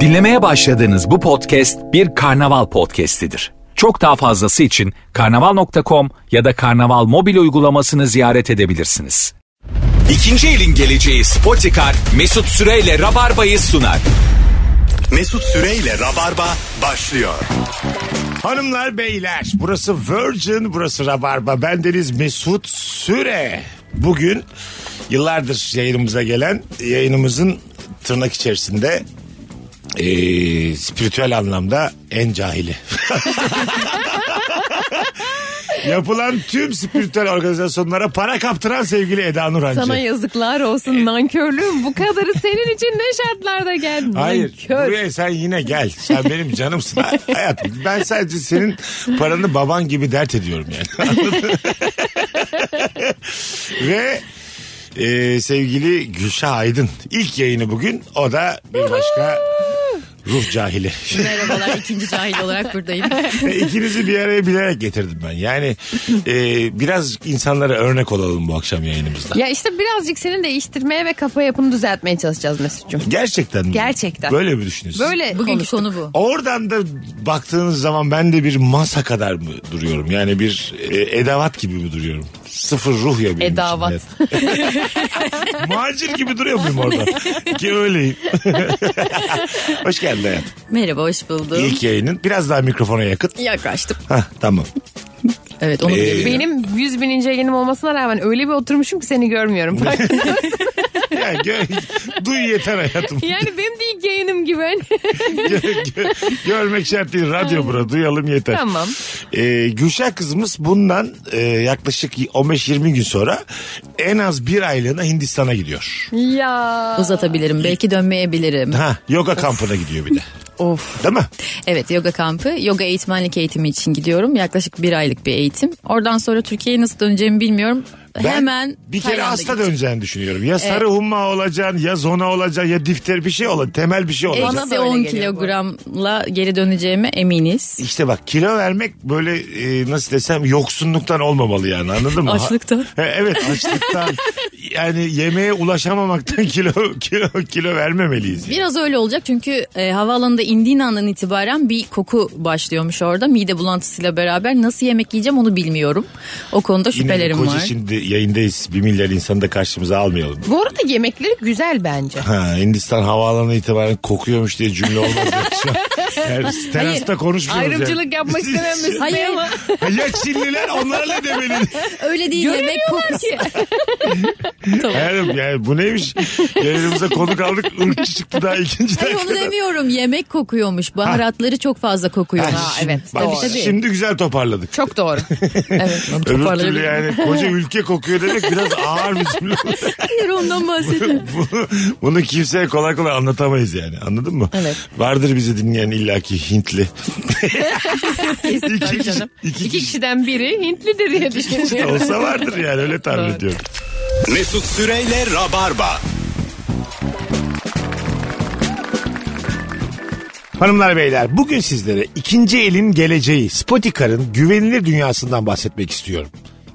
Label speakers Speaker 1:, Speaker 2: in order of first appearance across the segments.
Speaker 1: Dinlemeye başladığınız bu podcast bir karnaval podcastidir. Çok daha fazlası için karnaval.com ya da karnaval mobil uygulamasını ziyaret edebilirsiniz. İkinci elin geleceği Spotikar Mesut Süreyle Rabarba'yı sunar.
Speaker 2: Mesut Süreyle Rabarba başlıyor.
Speaker 3: Hanımlar beyler burası Virgin burası Rabarba bendeniz Mesut Süre. Bugün yıllardır yayınımıza gelen yayınımızın tırnak içerisinde eee spiritüel anlamda en cahili. Yapılan tüm spiritüel organizasyonlara para kaptıran sevgili Eda Nurancı.
Speaker 4: Sana yazıklar
Speaker 3: E-
Speaker 4: olsun nankörlüğüm bu kadarı senin için ne şartlarda geldi
Speaker 3: Hayır
Speaker 4: nankör.
Speaker 3: buraya sen yine gel. Sen benim canımsın ha- hayatım. Ben sadece senin paranı baban gibi dert ediyorum yani. Anladın mı? Ve e, sevgili Gülşah Aydın ilk yayını bugün o da bir başka ruh cahili.
Speaker 5: Merhabalar ikinci cahil olarak buradayım.
Speaker 3: İkinizi bir araya bilerek getirdim ben. Yani e, biraz insanlara örnek olalım bu akşam yayınımızda.
Speaker 4: Ya işte birazcık senin değiştirmeye ve kafa yapını düzeltmeye çalışacağız Mesut'cum.
Speaker 3: Gerçekten mi?
Speaker 4: Gerçekten.
Speaker 3: Böyle mi düşünüyorsun?
Speaker 4: Böyle
Speaker 5: Bugünkü
Speaker 4: konuştuk.
Speaker 5: konu bu.
Speaker 3: Oradan da baktığınız zaman ben de bir masa kadar mı duruyorum? Yani bir e, edavat gibi mi duruyorum? Sıfır ruh ya benim
Speaker 4: Edavat.
Speaker 3: için. Evet. Macir gibi duruyor muyum orada? Ki öyleyim. Hoş geldin hayatım.
Speaker 5: Merhaba hoş buldum.
Speaker 3: İlk yayının. Biraz daha mikrofona yakın.
Speaker 5: Yaklaştım.
Speaker 3: Hah tamam.
Speaker 5: Evet onu biliyorum.
Speaker 4: Benim 100 bininci yayınım olmasına rağmen öyle bir oturmuşum ki seni görmüyorum.
Speaker 3: Ya, gö- duy yeter hayatım.
Speaker 4: yani benim de ilk yayınım gibi. hani.
Speaker 3: Gö- gö- görmek şart değil. Radyo bura. Duyalım yeter.
Speaker 4: Tamam.
Speaker 3: Ee, Gülşah kızımız bundan e, yaklaşık 15-20 gün sonra en az bir aylığına Hindistan'a gidiyor.
Speaker 4: ya.
Speaker 5: Uzatabilirim belki dönmeyebilirim.
Speaker 3: Ha, yoga kampına gidiyor bir de.
Speaker 5: Of.
Speaker 3: Değil mi?
Speaker 5: Evet yoga kampı. Yoga eğitmenlik eğitimi için gidiyorum. Yaklaşık bir aylık bir eğitim. Oradan sonra Türkiye'ye nasıl döneceğimi bilmiyorum. Hemen
Speaker 3: bir kere
Speaker 5: Tayland'a
Speaker 3: hasta
Speaker 5: gideceğim.
Speaker 3: döneceğini düşünüyorum. Ya sarı humma olacaksın, ya zona olacaksın, ya difter bir şey olacaksın, temel bir şey olacaksın.
Speaker 4: Bana da
Speaker 5: Eksi
Speaker 4: öyle
Speaker 5: 10
Speaker 4: geliyor bu.
Speaker 5: kilogramla geri döneceğime eminiz.
Speaker 3: İşte bak kilo vermek böyle e, nasıl desem yoksunluktan olmamalı yani anladın mı?
Speaker 5: Açlıktan.
Speaker 3: Ha- e, evet açlıktan. yani yemeğe ulaşamamaktan kilo kilo kilo vermemeliyiz. yani.
Speaker 5: Biraz öyle olacak çünkü e, havaalanında indiğin andan itibaren bir koku başlıyormuş orada. Mide bulantısıyla beraber nasıl yemek yiyeceğim onu bilmiyorum. O konuda
Speaker 3: Yine
Speaker 5: şüphelerim
Speaker 3: koca
Speaker 5: var.
Speaker 3: şimdi yayındayız. Bir milyar insanı da karşımıza almayalım.
Speaker 4: Bu arada yemekleri güzel bence.
Speaker 3: Ha, Hindistan havaalanı itibaren kokuyormuş diye cümle olmaz. ya şu an. Yani terasta konuşmuyoruz. yani.
Speaker 4: Ayrımcılık yapmak istemem Mesut Bey
Speaker 5: Hayır.
Speaker 4: ama.
Speaker 3: ya Çinliler onlara ne demeli?
Speaker 5: Öyle değil yemek kokusu. tamam.
Speaker 3: Yani, yani bu neymiş? Yayınımıza konuk aldık. Irkçı çıktı daha ikinci
Speaker 5: Hayır onu
Speaker 3: dakikada.
Speaker 5: demiyorum. Yemek kokuyormuş. Baharatları çok fazla kokuyor.
Speaker 3: Ha,
Speaker 5: Ha,
Speaker 3: şimdi-
Speaker 5: evet.
Speaker 3: bak,
Speaker 5: tabii tabii.
Speaker 3: Şimdi güzel toparladık.
Speaker 4: Çok doğru.
Speaker 5: evet. onu
Speaker 3: Öbür
Speaker 5: toparlayabilirim.
Speaker 3: türlü yani koca ülke kokuyor demek biraz ağır bir cümle.
Speaker 5: Hayır ondan bahsediyorum.
Speaker 3: bunu, bunu kimseye kolay kolay anlatamayız yani anladın mı?
Speaker 5: Evet.
Speaker 3: Vardır bizi dinleyen illaki Hintli. iki, kişi, iki
Speaker 4: İki
Speaker 3: kişi
Speaker 4: kişiden biri Hintlidir diye
Speaker 3: de
Speaker 4: düşünüyorum.
Speaker 3: olsa vardır yani öyle tahmin
Speaker 4: Doğru.
Speaker 3: ediyorum.
Speaker 2: Mesut Süreyle Rabarba.
Speaker 3: Hanımlar beyler bugün sizlere ikinci elin geleceği Spotikar'ın güvenilir dünyasından bahsetmek istiyorum.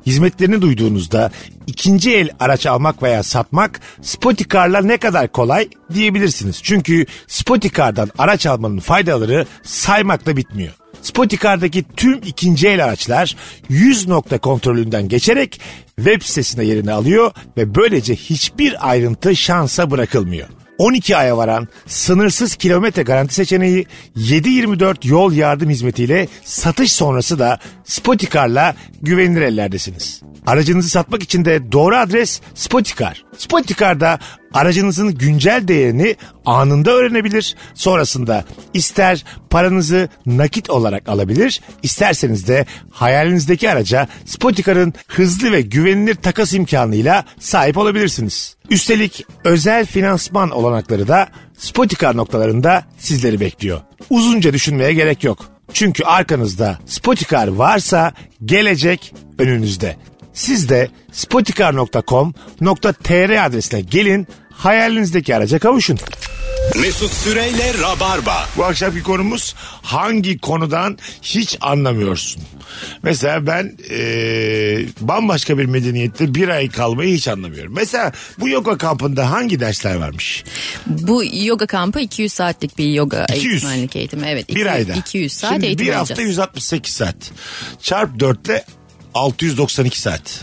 Speaker 3: Hizmetlerini duyduğunuzda ikinci el araç almak veya satmak Spotikar'la ne kadar kolay diyebilirsiniz. Çünkü Spotikar'dan araç almanın faydaları saymakla bitmiyor. Spotikar'daki tüm ikinci el araçlar 100 nokta kontrolünden geçerek web sitesine yerini alıyor ve böylece hiçbir ayrıntı şansa bırakılmıyor. 12 aya varan sınırsız kilometre garanti seçeneği 7-24 yol yardım hizmetiyle satış sonrası da Spotikar'la güvenilir ellerdesiniz. Aracınızı satmak için de doğru adres Spotikar. Spotikar'da aracınızın güncel değerini anında öğrenebilir. Sonrasında ister paranızı nakit olarak alabilir, isterseniz de hayalinizdeki araca Spotikar'ın hızlı ve güvenilir takas imkanıyla sahip olabilirsiniz. Üstelik özel finansman olanakları da Spotikar noktalarında sizleri bekliyor. Uzunca düşünmeye gerek yok. Çünkü arkanızda Spotikar varsa gelecek önünüzde. Siz de spotikar.com.tr adresine gelin hayalinizdeki araca kavuşun.
Speaker 2: Mesut Süreyle Rabarba.
Speaker 3: Bu akşamki konumuz hangi konudan hiç anlamıyorsun? Mesela ben eee, bambaşka bir medeniyette bir ay kalmayı hiç anlamıyorum. Mesela bu yoga kampında hangi dersler varmış?
Speaker 5: Bu yoga kampı 200 saatlik bir yoga
Speaker 3: 200.
Speaker 5: eğitmenlik eğitimi. Evet,
Speaker 3: bir
Speaker 5: iki-
Speaker 3: ayda.
Speaker 5: 200 saat
Speaker 3: Şimdi
Speaker 5: eğitim
Speaker 3: bir
Speaker 5: alacağız.
Speaker 3: hafta 168 saat. Çarp 4 ile 692 saat.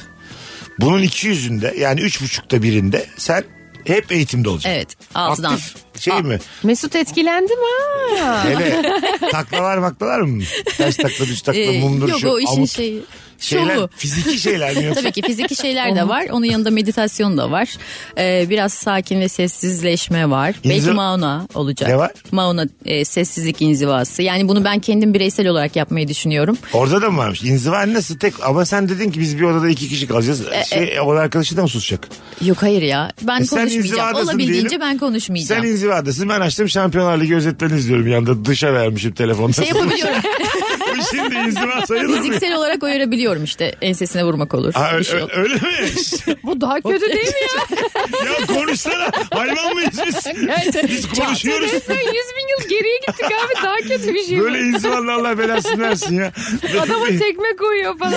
Speaker 3: Bunun 200'ünde yani 3,5'ta birinde sen hep eğitimde olacaksın.
Speaker 5: Evet, altıdan.
Speaker 3: Aktif şey mi?
Speaker 4: Mesut etkilendi mi? ha?
Speaker 3: Hele taklalar maklalar mı? Taş takla düz takla
Speaker 5: Ee,
Speaker 3: mumdur
Speaker 5: yok
Speaker 3: şu
Speaker 5: o işin
Speaker 3: amut.
Speaker 5: şeyi.
Speaker 3: şeyler,
Speaker 5: şovu.
Speaker 3: Fiziki şeyler mi yoksa?
Speaker 5: Tabii ki fiziki şeyler de var. Onun yanında meditasyon da var. Ee, biraz sakin ve sessizleşme var. Belki mauna olacak.
Speaker 3: Ne var?
Speaker 5: Mauna e, sessizlik inzivası. Yani bunu ben kendim bireysel olarak yapmayı düşünüyorum.
Speaker 3: Orada da mı varmış? İnziva nasıl tek ama sen dedin ki biz bir odada iki kişi kalacağız.
Speaker 5: E,
Speaker 3: Şey, o arkadaşı da mı susacak?
Speaker 5: Yok hayır ya. Ben
Speaker 3: E sen
Speaker 5: konuşmayacağım.
Speaker 3: inzivadasın
Speaker 5: Olabildiğince
Speaker 3: diyelim.
Speaker 5: ben
Speaker 3: Sen
Speaker 5: konuşmayacağım.
Speaker 3: inzivadasın ben açtım Şampiyonlar Ligi özetlerini izliyorum yanında dışa vermişim telefonda.
Speaker 5: şey yapabiliyorum.
Speaker 3: Bu Şimdi inziva sayılır mı?
Speaker 5: Fiziksel olarak uyarabiliyorum işte. Ensesine vurmak olur.
Speaker 3: Ha,
Speaker 5: bir şey
Speaker 3: ö-
Speaker 5: olur.
Speaker 3: ö- öyle mi?
Speaker 4: Bu daha kötü değil mi ya?
Speaker 3: ya konuşsana. Hayvan mıyız biz? biz konuşuyoruz.
Speaker 4: Resmen 100 bin yıl geriye gittik abi. Daha kötü bir şey bu.
Speaker 3: Böyle inzivanla Allah belasını versin ya.
Speaker 4: Adama tekme koyuyor falan.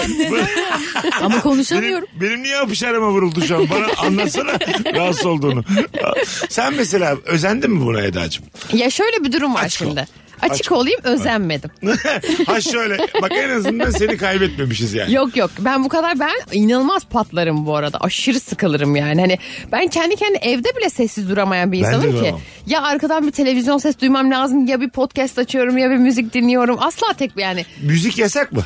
Speaker 5: Ama
Speaker 3: Benim,
Speaker 5: konuşamıyorum.
Speaker 3: benim niye hapışarama vuruldu şu an? Bana anlatsana rahatsız olduğunu. Sen mesela özendin mi buna Eda'cığım?
Speaker 4: ya şöyle bir durum var
Speaker 3: Açık ol.
Speaker 4: şimdi. Açık, olayım özenmedim.
Speaker 3: ha şöyle bak en azından seni kaybetmemişiz yani.
Speaker 4: Yok yok ben bu kadar ben inanılmaz patlarım bu arada. Aşırı sıkılırım yani. Hani ben kendi kendi evde bile sessiz duramayan bir
Speaker 3: Ben de
Speaker 4: insanım ki.
Speaker 3: duramam.
Speaker 4: Ya arkadan bir televizyon ses duymam lazım ya bir podcast açıyorum ya bir müzik dinliyorum. Asla tek bir yani.
Speaker 3: Müzik yasak mı?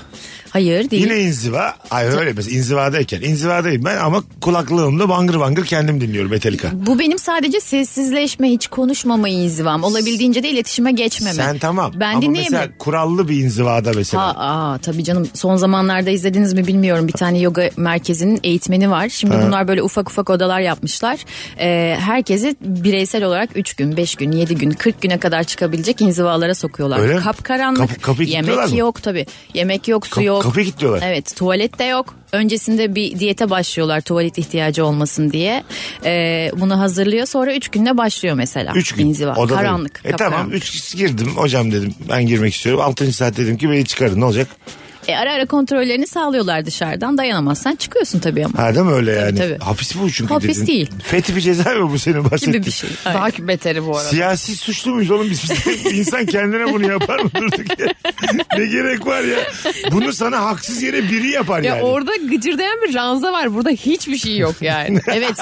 Speaker 5: Hayır değil.
Speaker 3: Yine inziva. Ay öyle mesela inzivadayken. inzivadayım ben ama kulaklığımda bangır bangır kendim dinliyorum Metallica.
Speaker 5: Bu benim sadece sessizleşme, hiç konuşmama inzivam. Olabildiğince de iletişime geçmeme.
Speaker 3: Sen tamam.
Speaker 5: Ben
Speaker 3: ama
Speaker 5: dinleyemiyorum.
Speaker 3: mesela kurallı bir inzivada mesela.
Speaker 5: Ha, aa, tabii canım son zamanlarda izlediniz mi bilmiyorum bir tane yoga merkezinin eğitmeni var. Şimdi bunlar böyle ufak ufak odalar yapmışlar. Ee, herkesi bireysel olarak 3 gün, 5 gün, 7 gün, 40 güne kadar çıkabilecek inzivalara sokuyorlar.
Speaker 3: Öyle mi?
Speaker 5: Kapkaranlık.
Speaker 3: Kapı- kapıyı kilitliyorlar
Speaker 5: Yemek
Speaker 3: mı?
Speaker 5: yok tabii. Yemek yok, su
Speaker 3: Kap-
Speaker 5: yok.
Speaker 3: kapıyı kilitliyorlar.
Speaker 5: Evet tuvalet de yok. Öncesinde bir diyete başlıyorlar tuvalet ihtiyacı olmasın diye. Ee, bunu hazırlıyor sonra 3 günde başlıyor mesela.
Speaker 3: Üç gün.
Speaker 5: İnziva.
Speaker 3: odadayım.
Speaker 5: Karanlık.
Speaker 3: E tamam
Speaker 5: kapkaranlık.
Speaker 3: üç kişi girdim. Hocam dedim ben girmek istiyorum. Altıncı saat dedim ki beni çıkarın ne olacak?
Speaker 5: E, ara ara kontrollerini sağlıyorlar dışarıdan. Dayanamazsan çıkıyorsun tabii ama.
Speaker 3: Ha değil mi öyle yani?
Speaker 5: tabii.
Speaker 3: Hapis bu çünkü
Speaker 5: Hapis
Speaker 3: dedin.
Speaker 5: değil.
Speaker 3: Fethi bir ceza mı bu senin bahsettiğin?
Speaker 5: gibi bir şey. Aynen.
Speaker 4: Daha beteri bu arada.
Speaker 3: Siyasi suçlu muyuz oğlum biz? Biz- İnsan kendine bunu yapar mı durduk ya? ne gerek var ya? Bunu sana haksız yere biri yapar
Speaker 4: Ya
Speaker 3: yani.
Speaker 4: orada gıcırdayan bir ranza var. Burada hiçbir şey yok yani.
Speaker 5: Evet.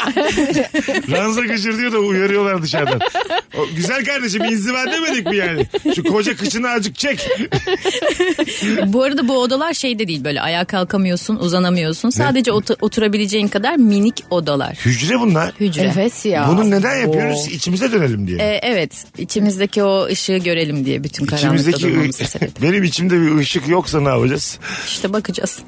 Speaker 3: Ranza gıcır diyor da uyarıyorlar dışarıdan. O, güzel kardeşim inziva demedik mi yani? Şu koca kıçını azıcık çek.
Speaker 5: bu arada bu odalar şeyde değil böyle ayağa kalkamıyorsun, uzanamıyorsun. Sadece ot- oturabileceğin kadar minik odalar.
Speaker 3: Hücre bunlar.
Speaker 5: Hücre.
Speaker 4: evet ya.
Speaker 3: Bunu neden yapıyoruz? İçimize dönelim diye.
Speaker 5: E, evet. içimizdeki o ışığı görelim diye bütün karanlıkta
Speaker 3: İçimizdeki
Speaker 5: durmamızın sebebi.
Speaker 3: benim içimde bir ışık yoksa ne yapacağız?
Speaker 5: İşte bakacağız.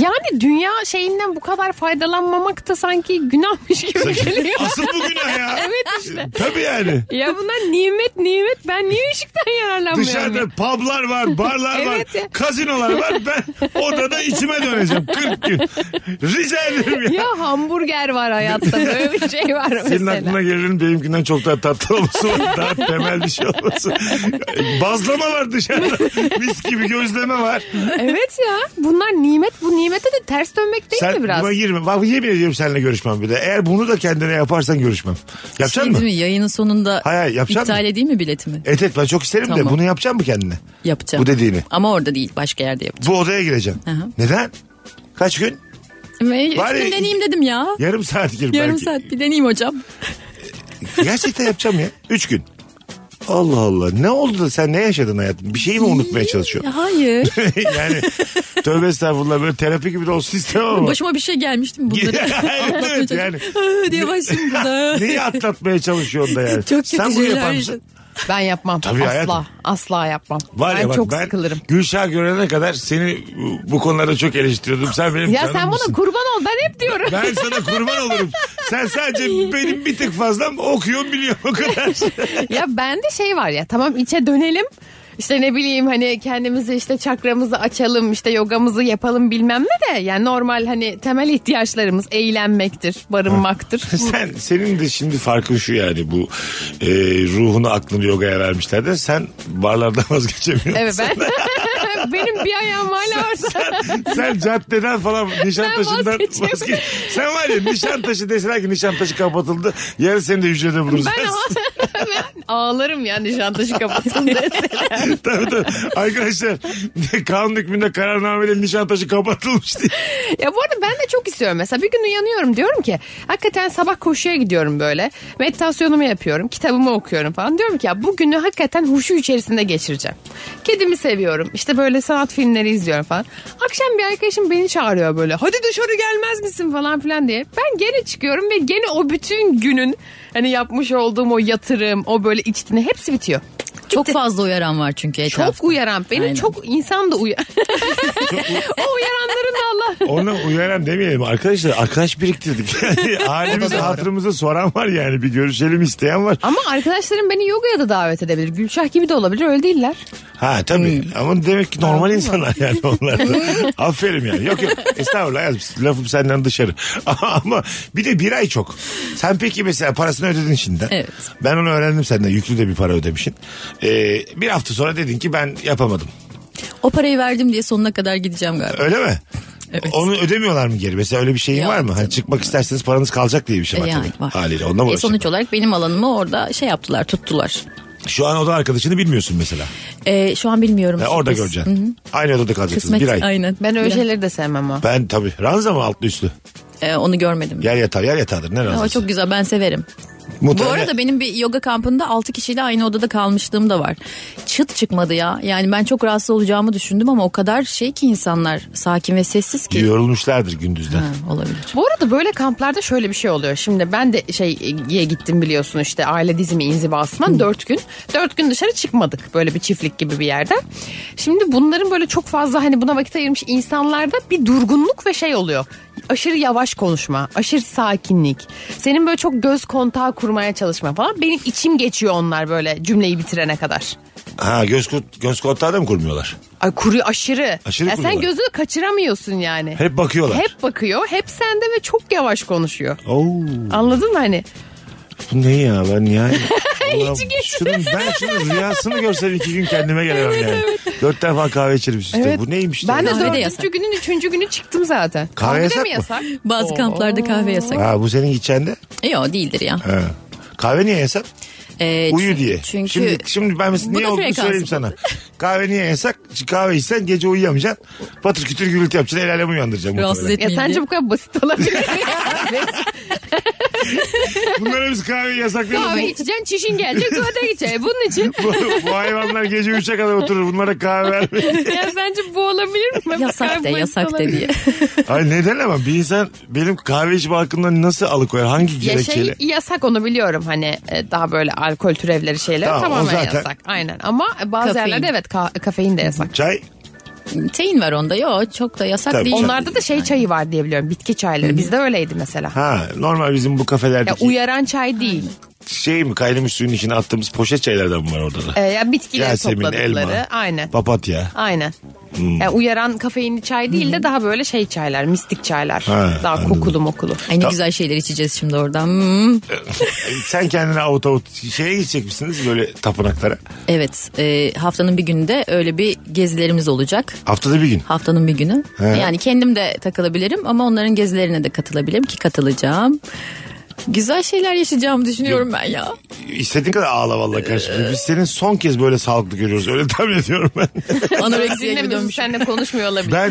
Speaker 4: Yani dünya şeyinden bu kadar faydalanmamak da sanki günahmış gibi geliyor.
Speaker 3: Asıl bu günah ya.
Speaker 4: evet işte.
Speaker 3: Tabii yani.
Speaker 4: Ya bunlar nimet nimet. Ben niye ışıktan yararlanmıyorum?
Speaker 3: Dışarıda publar var, barlar
Speaker 4: Evet
Speaker 3: var,
Speaker 4: ya.
Speaker 3: kazinolar var. Ben odada içime döneceğim 40 gün. Rica ederim ya.
Speaker 4: Ya hamburger var hayatta. Böyle bir şey var
Speaker 3: Senin
Speaker 4: mesela.
Speaker 3: aklına gelenin benimkinden çok daha tatlı olması var. Daha temel bir şey olması. Bazlama var dışarıda. Mis gibi gözleme var.
Speaker 4: Evet ya. Bunlar nimet. Bu nimete de ters dönmek değil mi
Speaker 3: Sen
Speaker 4: biraz?
Speaker 3: buna girme. Bak yemin ediyorum seninle görüşmem bir de. Eğer bunu da kendine yaparsan görüşmem. Yapacaksın
Speaker 5: Şimdi
Speaker 3: mı?
Speaker 5: Şey mi? Yayının sonunda
Speaker 3: Hayır, hayır, yapacaksın
Speaker 5: iptal
Speaker 3: mı?
Speaker 5: edeyim mi biletimi?
Speaker 3: Evet evet ben çok isterim de
Speaker 5: Tamam.
Speaker 3: bunu yapacak mı kendine?
Speaker 5: Yapacağım.
Speaker 3: Bu dediğini.
Speaker 5: Ama orada değil başka yerde yapacağım.
Speaker 3: Bu odaya gireceğim.
Speaker 5: Hı hı.
Speaker 3: Neden? Kaç gün?
Speaker 5: Ve
Speaker 3: Bari-
Speaker 5: üstüne deneyeyim dedim ya.
Speaker 3: Yarım saat gir belki.
Speaker 5: Yarım saat bir deneyeyim hocam.
Speaker 3: Gerçekten yapacağım ya. Üç gün. Allah Allah. Ne oldu da sen ne yaşadın hayatım? Bir şeyi mi unutmaya çalışıyorsun?
Speaker 5: Hayır.
Speaker 3: yani tövbe estağfurullah böyle terapi gibi de olsun istemem ama.
Speaker 5: Başıma bir şey gelmişti mi bunları?
Speaker 3: Evet, evet, yani.
Speaker 5: diye başladım burada.
Speaker 3: Neyi atlatmaya çalışıyorsun da yani?
Speaker 5: Çok kötü
Speaker 3: Sen bunu yapar
Speaker 5: şeyler
Speaker 3: mısın?
Speaker 4: Ben yapmam.
Speaker 3: Tabii
Speaker 4: asla.
Speaker 3: hayatım.
Speaker 4: Asla yapmam.
Speaker 3: Var ya
Speaker 4: ben
Speaker 3: bak
Speaker 4: çok
Speaker 3: ben
Speaker 4: sıkılırım.
Speaker 3: Gülşah görene kadar seni bu konularda çok eleştiriyordum. Sen benim
Speaker 4: Ya sen
Speaker 3: canımsın.
Speaker 4: bana kurban ol. Ben hep diyorum.
Speaker 3: Ben sana kurban olurum. Sen sadece benim bir tık fazlam okuyorum biliyorum o kadar.
Speaker 4: ya bende şey var ya tamam içe dönelim İşte ne bileyim hani kendimizi işte çakramızı açalım işte yogamızı yapalım bilmem ne de yani normal hani temel ihtiyaçlarımız eğlenmektir, barınmaktır.
Speaker 3: Sen senin de şimdi farkın şu yani bu e, ruhunu aklını yogaya vermişler de sen barlardan vazgeçemiyorsun.
Speaker 4: evet ben benim bir ayağım hala varsa
Speaker 3: Sen caddeden falan Nişantaşı'ndan
Speaker 4: vazgeçemiyorum.
Speaker 3: vazgeç. Sen var ya Nişantaşı deseler ki Nişantaşı kapatıldı. Yarın seni de hücrede buluruz.
Speaker 4: ben, ben ağlarım ya nişantaşı kapatın dese.
Speaker 3: tabii tabii. Arkadaşlar kanun hükmünde kararnameyle Nişantaşı kapatılmış diye.
Speaker 4: Ya bu arada ben de çok istiyorum mesela bir gün uyanıyorum diyorum ki hakikaten sabah koşuya gidiyorum böyle meditasyonumu yapıyorum kitabımı okuyorum falan diyorum ki ya bugünü hakikaten huşu içerisinde geçireceğim. Kedimi seviyorum işte böyle sanat filmleri izliyorum falan. Akşam bir arkadaşım beni çağırıyor böyle hadi dışarı gelmez misin falan filan diye. Ben gene çıkıyorum ve gene o bütün günün hani yapmış olduğum o yatırım o böyle içtiğini hepsi bitiyor.
Speaker 5: Çok fazla uyaran var çünkü etrafta.
Speaker 4: Çok uyaran. Benim
Speaker 5: Aynen.
Speaker 4: çok insan da uyar. o uyaranların da Allah.
Speaker 3: Ona uyaran demeyelim. Arkadaşlar arkadaş biriktirdik. Yani halimizi hatırımızı soran var yani. Bir görüşelim isteyen var.
Speaker 4: Ama arkadaşlarım beni yogaya da davet edebilir. Gülşah gibi de olabilir öyle değiller.
Speaker 3: Ha tabii. Ama demek ki normal insanlar yani onlar da. Aferin yani. Yok yok. Estağfurullah yazmış. Lafım senden dışarı. Ama bir de bir ay çok. Sen peki mesela parasını ödedin şimdi.
Speaker 5: Evet.
Speaker 3: Ben onu öğrendim senden. Yüklü de bir para ödemişsin. Ee, bir hafta sonra dedin ki ben yapamadım.
Speaker 5: O parayı verdim diye sonuna kadar gideceğim galiba.
Speaker 3: Öyle mi? Onu ödemiyorlar mı geri? Mesela öyle bir şeyin
Speaker 5: Yok
Speaker 3: var mı? Hani
Speaker 5: canım, E,
Speaker 3: çıkmak isterseniz paranız kalacak diye bir şey var.
Speaker 5: Yani
Speaker 3: tabii.
Speaker 5: var.
Speaker 3: Haliyle onunla mı
Speaker 5: E,
Speaker 3: uğraşacak?
Speaker 5: sonuç olarak benim alanımı orada şey yaptılar tuttular.
Speaker 3: Şu an oda arkadaşını bilmiyorsun mesela.
Speaker 5: E, şu an bilmiyorum.
Speaker 3: Ya orada
Speaker 5: Sürpriz.
Speaker 3: göreceksin.
Speaker 5: Hı hı.
Speaker 3: Aynı odada kalacaksınız
Speaker 5: Kısmet
Speaker 3: bir ay.
Speaker 5: aynen.
Speaker 4: Ben öyle şey-
Speaker 5: Bir ay.
Speaker 4: şeyleri de sevmem ama.
Speaker 3: Ben tabii. Ranza mı altlı üstlü?
Speaker 5: E, onu görmedim.
Speaker 3: Yer yatağı. Yer yatağıdır. Ne ranzası?
Speaker 5: Ama çok güzel ben severim. Bu
Speaker 3: Muhtemelen-
Speaker 5: arada benim bir yoga kampında 6 kişiyle aynı odada kalmışlığım da var. Çıt çıkmadı ya. Yani ben çok rahatsız olacağımı düşündüm ama o kadar şey ki insanlar sakin ve sessiz ki.
Speaker 3: Yorulmuşlardır gündüzden.
Speaker 5: Ha, olabilir.
Speaker 4: Bu arada böyle kamplarda şöyle bir şey oluyor. Şimdi ben de şeye gittim biliyorsun işte aile dizimi inzibasından dört gün. Dört gün dışarı çıkmadık böyle bir çiftlik gibi bir yerde. Şimdi bunların böyle çok fazla hani buna vakit ayırmış insanlarda bir durgunluk ve şey oluyor. Aşırı yavaş konuşma, aşırı sakinlik. Senin böyle çok göz kontağı kurmaya çalışma falan. Benim içim geçiyor onlar böyle cümleyi bitirene kadar.
Speaker 3: Ha göz, kut- göz kontağı da mı kurmuyorlar?
Speaker 4: Ay kuruyor aşırı.
Speaker 3: Aşırı
Speaker 4: Ya sen
Speaker 3: kuruyorlar.
Speaker 4: gözünü kaçıramıyorsun yani.
Speaker 3: Hep bakıyorlar.
Speaker 4: Hep bakıyor, hep sende ve çok yavaş konuşuyor.
Speaker 3: Oo,
Speaker 4: Anladın mı hani?
Speaker 3: bu ne ya ben yani. Allah'ım,
Speaker 4: İçi geçti.
Speaker 3: şunun, ben şunun rüyasını görsem iki gün kendime gelemem yani. Dört defa kahve içerim üst üste. E, Bu neymiş?
Speaker 4: Ben de
Speaker 3: tabii?
Speaker 5: Kahve de
Speaker 4: dördüncü
Speaker 5: yasak.
Speaker 4: günün üçüncü günü çıktım zaten.
Speaker 3: Kahve
Speaker 4: de mi
Speaker 3: yasak
Speaker 4: yasak?
Speaker 5: Bazı
Speaker 4: Oo.
Speaker 5: kamplarda kahve yasak.
Speaker 3: Ha, bu senin içen de.
Speaker 5: Yok değildir ya.
Speaker 3: Ha. Kahve niye yasak?
Speaker 5: E,
Speaker 3: Uyu
Speaker 5: çünkü-
Speaker 3: diye.
Speaker 5: Çünkü
Speaker 3: Şimdi, şimdi ben mesela
Speaker 5: Bu
Speaker 3: niye
Speaker 5: da
Speaker 3: olduğunu
Speaker 5: frekans
Speaker 3: söyleyeyim
Speaker 5: bu.
Speaker 3: sana. Kahve niye yasak? Kahve içsen gece uyuyamayacaksın. Patır kütür gürültü yapacaksın. El alemi uyandıracaksın.
Speaker 5: rahatsız
Speaker 3: muhtemelen.
Speaker 4: Ya
Speaker 5: etmeyeyim
Speaker 4: sence
Speaker 5: diye.
Speaker 4: bu kadar basit olabilir mi?
Speaker 3: Bunlara biz kahveyi yasaklayalım.
Speaker 4: Kahve içeceksin, çişin gelecek, tuvalete gideceksin. E, Bunun için
Speaker 3: Bu, bu hayvanlar gece 3'e kadar oturur. Bunlara kahve vermeyin.
Speaker 4: ya sence bu olabilir mi?
Speaker 5: Yasak de
Speaker 4: Basit
Speaker 5: yasak de
Speaker 4: olabilir.
Speaker 5: diye.
Speaker 3: Ay neden ama bir insan benim kahve içme hakkımdan nasıl alıkoyar? Hangi
Speaker 4: Ya şey
Speaker 3: gerekçeyle?
Speaker 4: yasak onu biliyorum hani e, daha böyle alkol türevleri şeyler
Speaker 3: Tamam, o
Speaker 4: tamamen
Speaker 3: zaten-
Speaker 4: yasak. Aynen ama bazı
Speaker 5: Kafein.
Speaker 4: yerlerde evet ka- kafein de yasak.
Speaker 3: Çay
Speaker 5: Teyin var onda. Yok çok da yasak
Speaker 3: Tabii.
Speaker 5: değil.
Speaker 4: Onlarda da şey çayı var diye biliyorum bitki çayları bizde öyleydi mesela.
Speaker 3: ha normal bizim bu
Speaker 4: Ya
Speaker 3: kafelerdeki
Speaker 4: uyaran çay değil.
Speaker 3: şey mi kaynamış suyun içine attığımız poşet çaylardan mı var orada da?
Speaker 4: Ee, ya bitkileri
Speaker 3: Yasemin,
Speaker 4: topladıkları.
Speaker 3: elma. Hmm.
Speaker 4: Aynen.
Speaker 3: Papatya.
Speaker 4: Aynen. Yani uyaran kafeinli çay değil de daha böyle şey çaylar, mistik çaylar.
Speaker 3: Ha,
Speaker 4: daha
Speaker 3: anladım.
Speaker 4: kokulu mokulu.
Speaker 5: Ay ne güzel şeyler içeceğiz şimdi oradan. Hmm.
Speaker 3: Ay, Sen kendine avut avut şeye gidecek misiniz böyle tapınaklara?
Speaker 5: Evet e, haftanın bir günde öyle bir gezilerimiz olacak.
Speaker 3: Haftada bir gün.
Speaker 5: Haftanın bir günü. Yani kendim de takılabilirim ama onların gezilerine de katılabilirim ki katılacağım. Güzel şeyler yaşayacağımı düşünüyorum ben ya.
Speaker 3: İstediğin kadar ağla valla karşımda. Biz senin son kez böyle sağlıklı görüyoruz. Öyle tahmin ediyorum ben.
Speaker 5: Anoreksiye gibi
Speaker 4: Dinlemiyorsun
Speaker 5: dönmüşüm.
Speaker 4: seninle konuşmuyor olabilir.
Speaker 3: Ben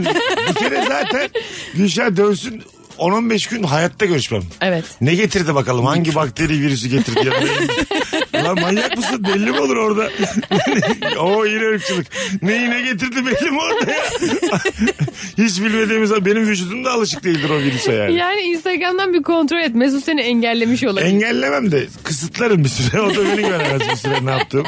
Speaker 3: bir kere zaten Gülşah dönsün 10-15 gün hayatta görüşmem.
Speaker 4: Evet.
Speaker 3: Ne getirdi bakalım? Hangi bakteri virüsü getirdi? yanına? Lan manyak mısın? Belli mi olur orada? o yine ırkçılık. Neyi ne getirdi belli mi orada ya? Hiç bilmediğimiz benim vücudum da alışık değildir o virüse yani.
Speaker 4: Yani Instagram'dan bir kontrol et. Mesut seni engellemiş olabilir.
Speaker 3: Engellemem de kısıtlarım bir süre. O da beni göremez bir süre ne yaptım.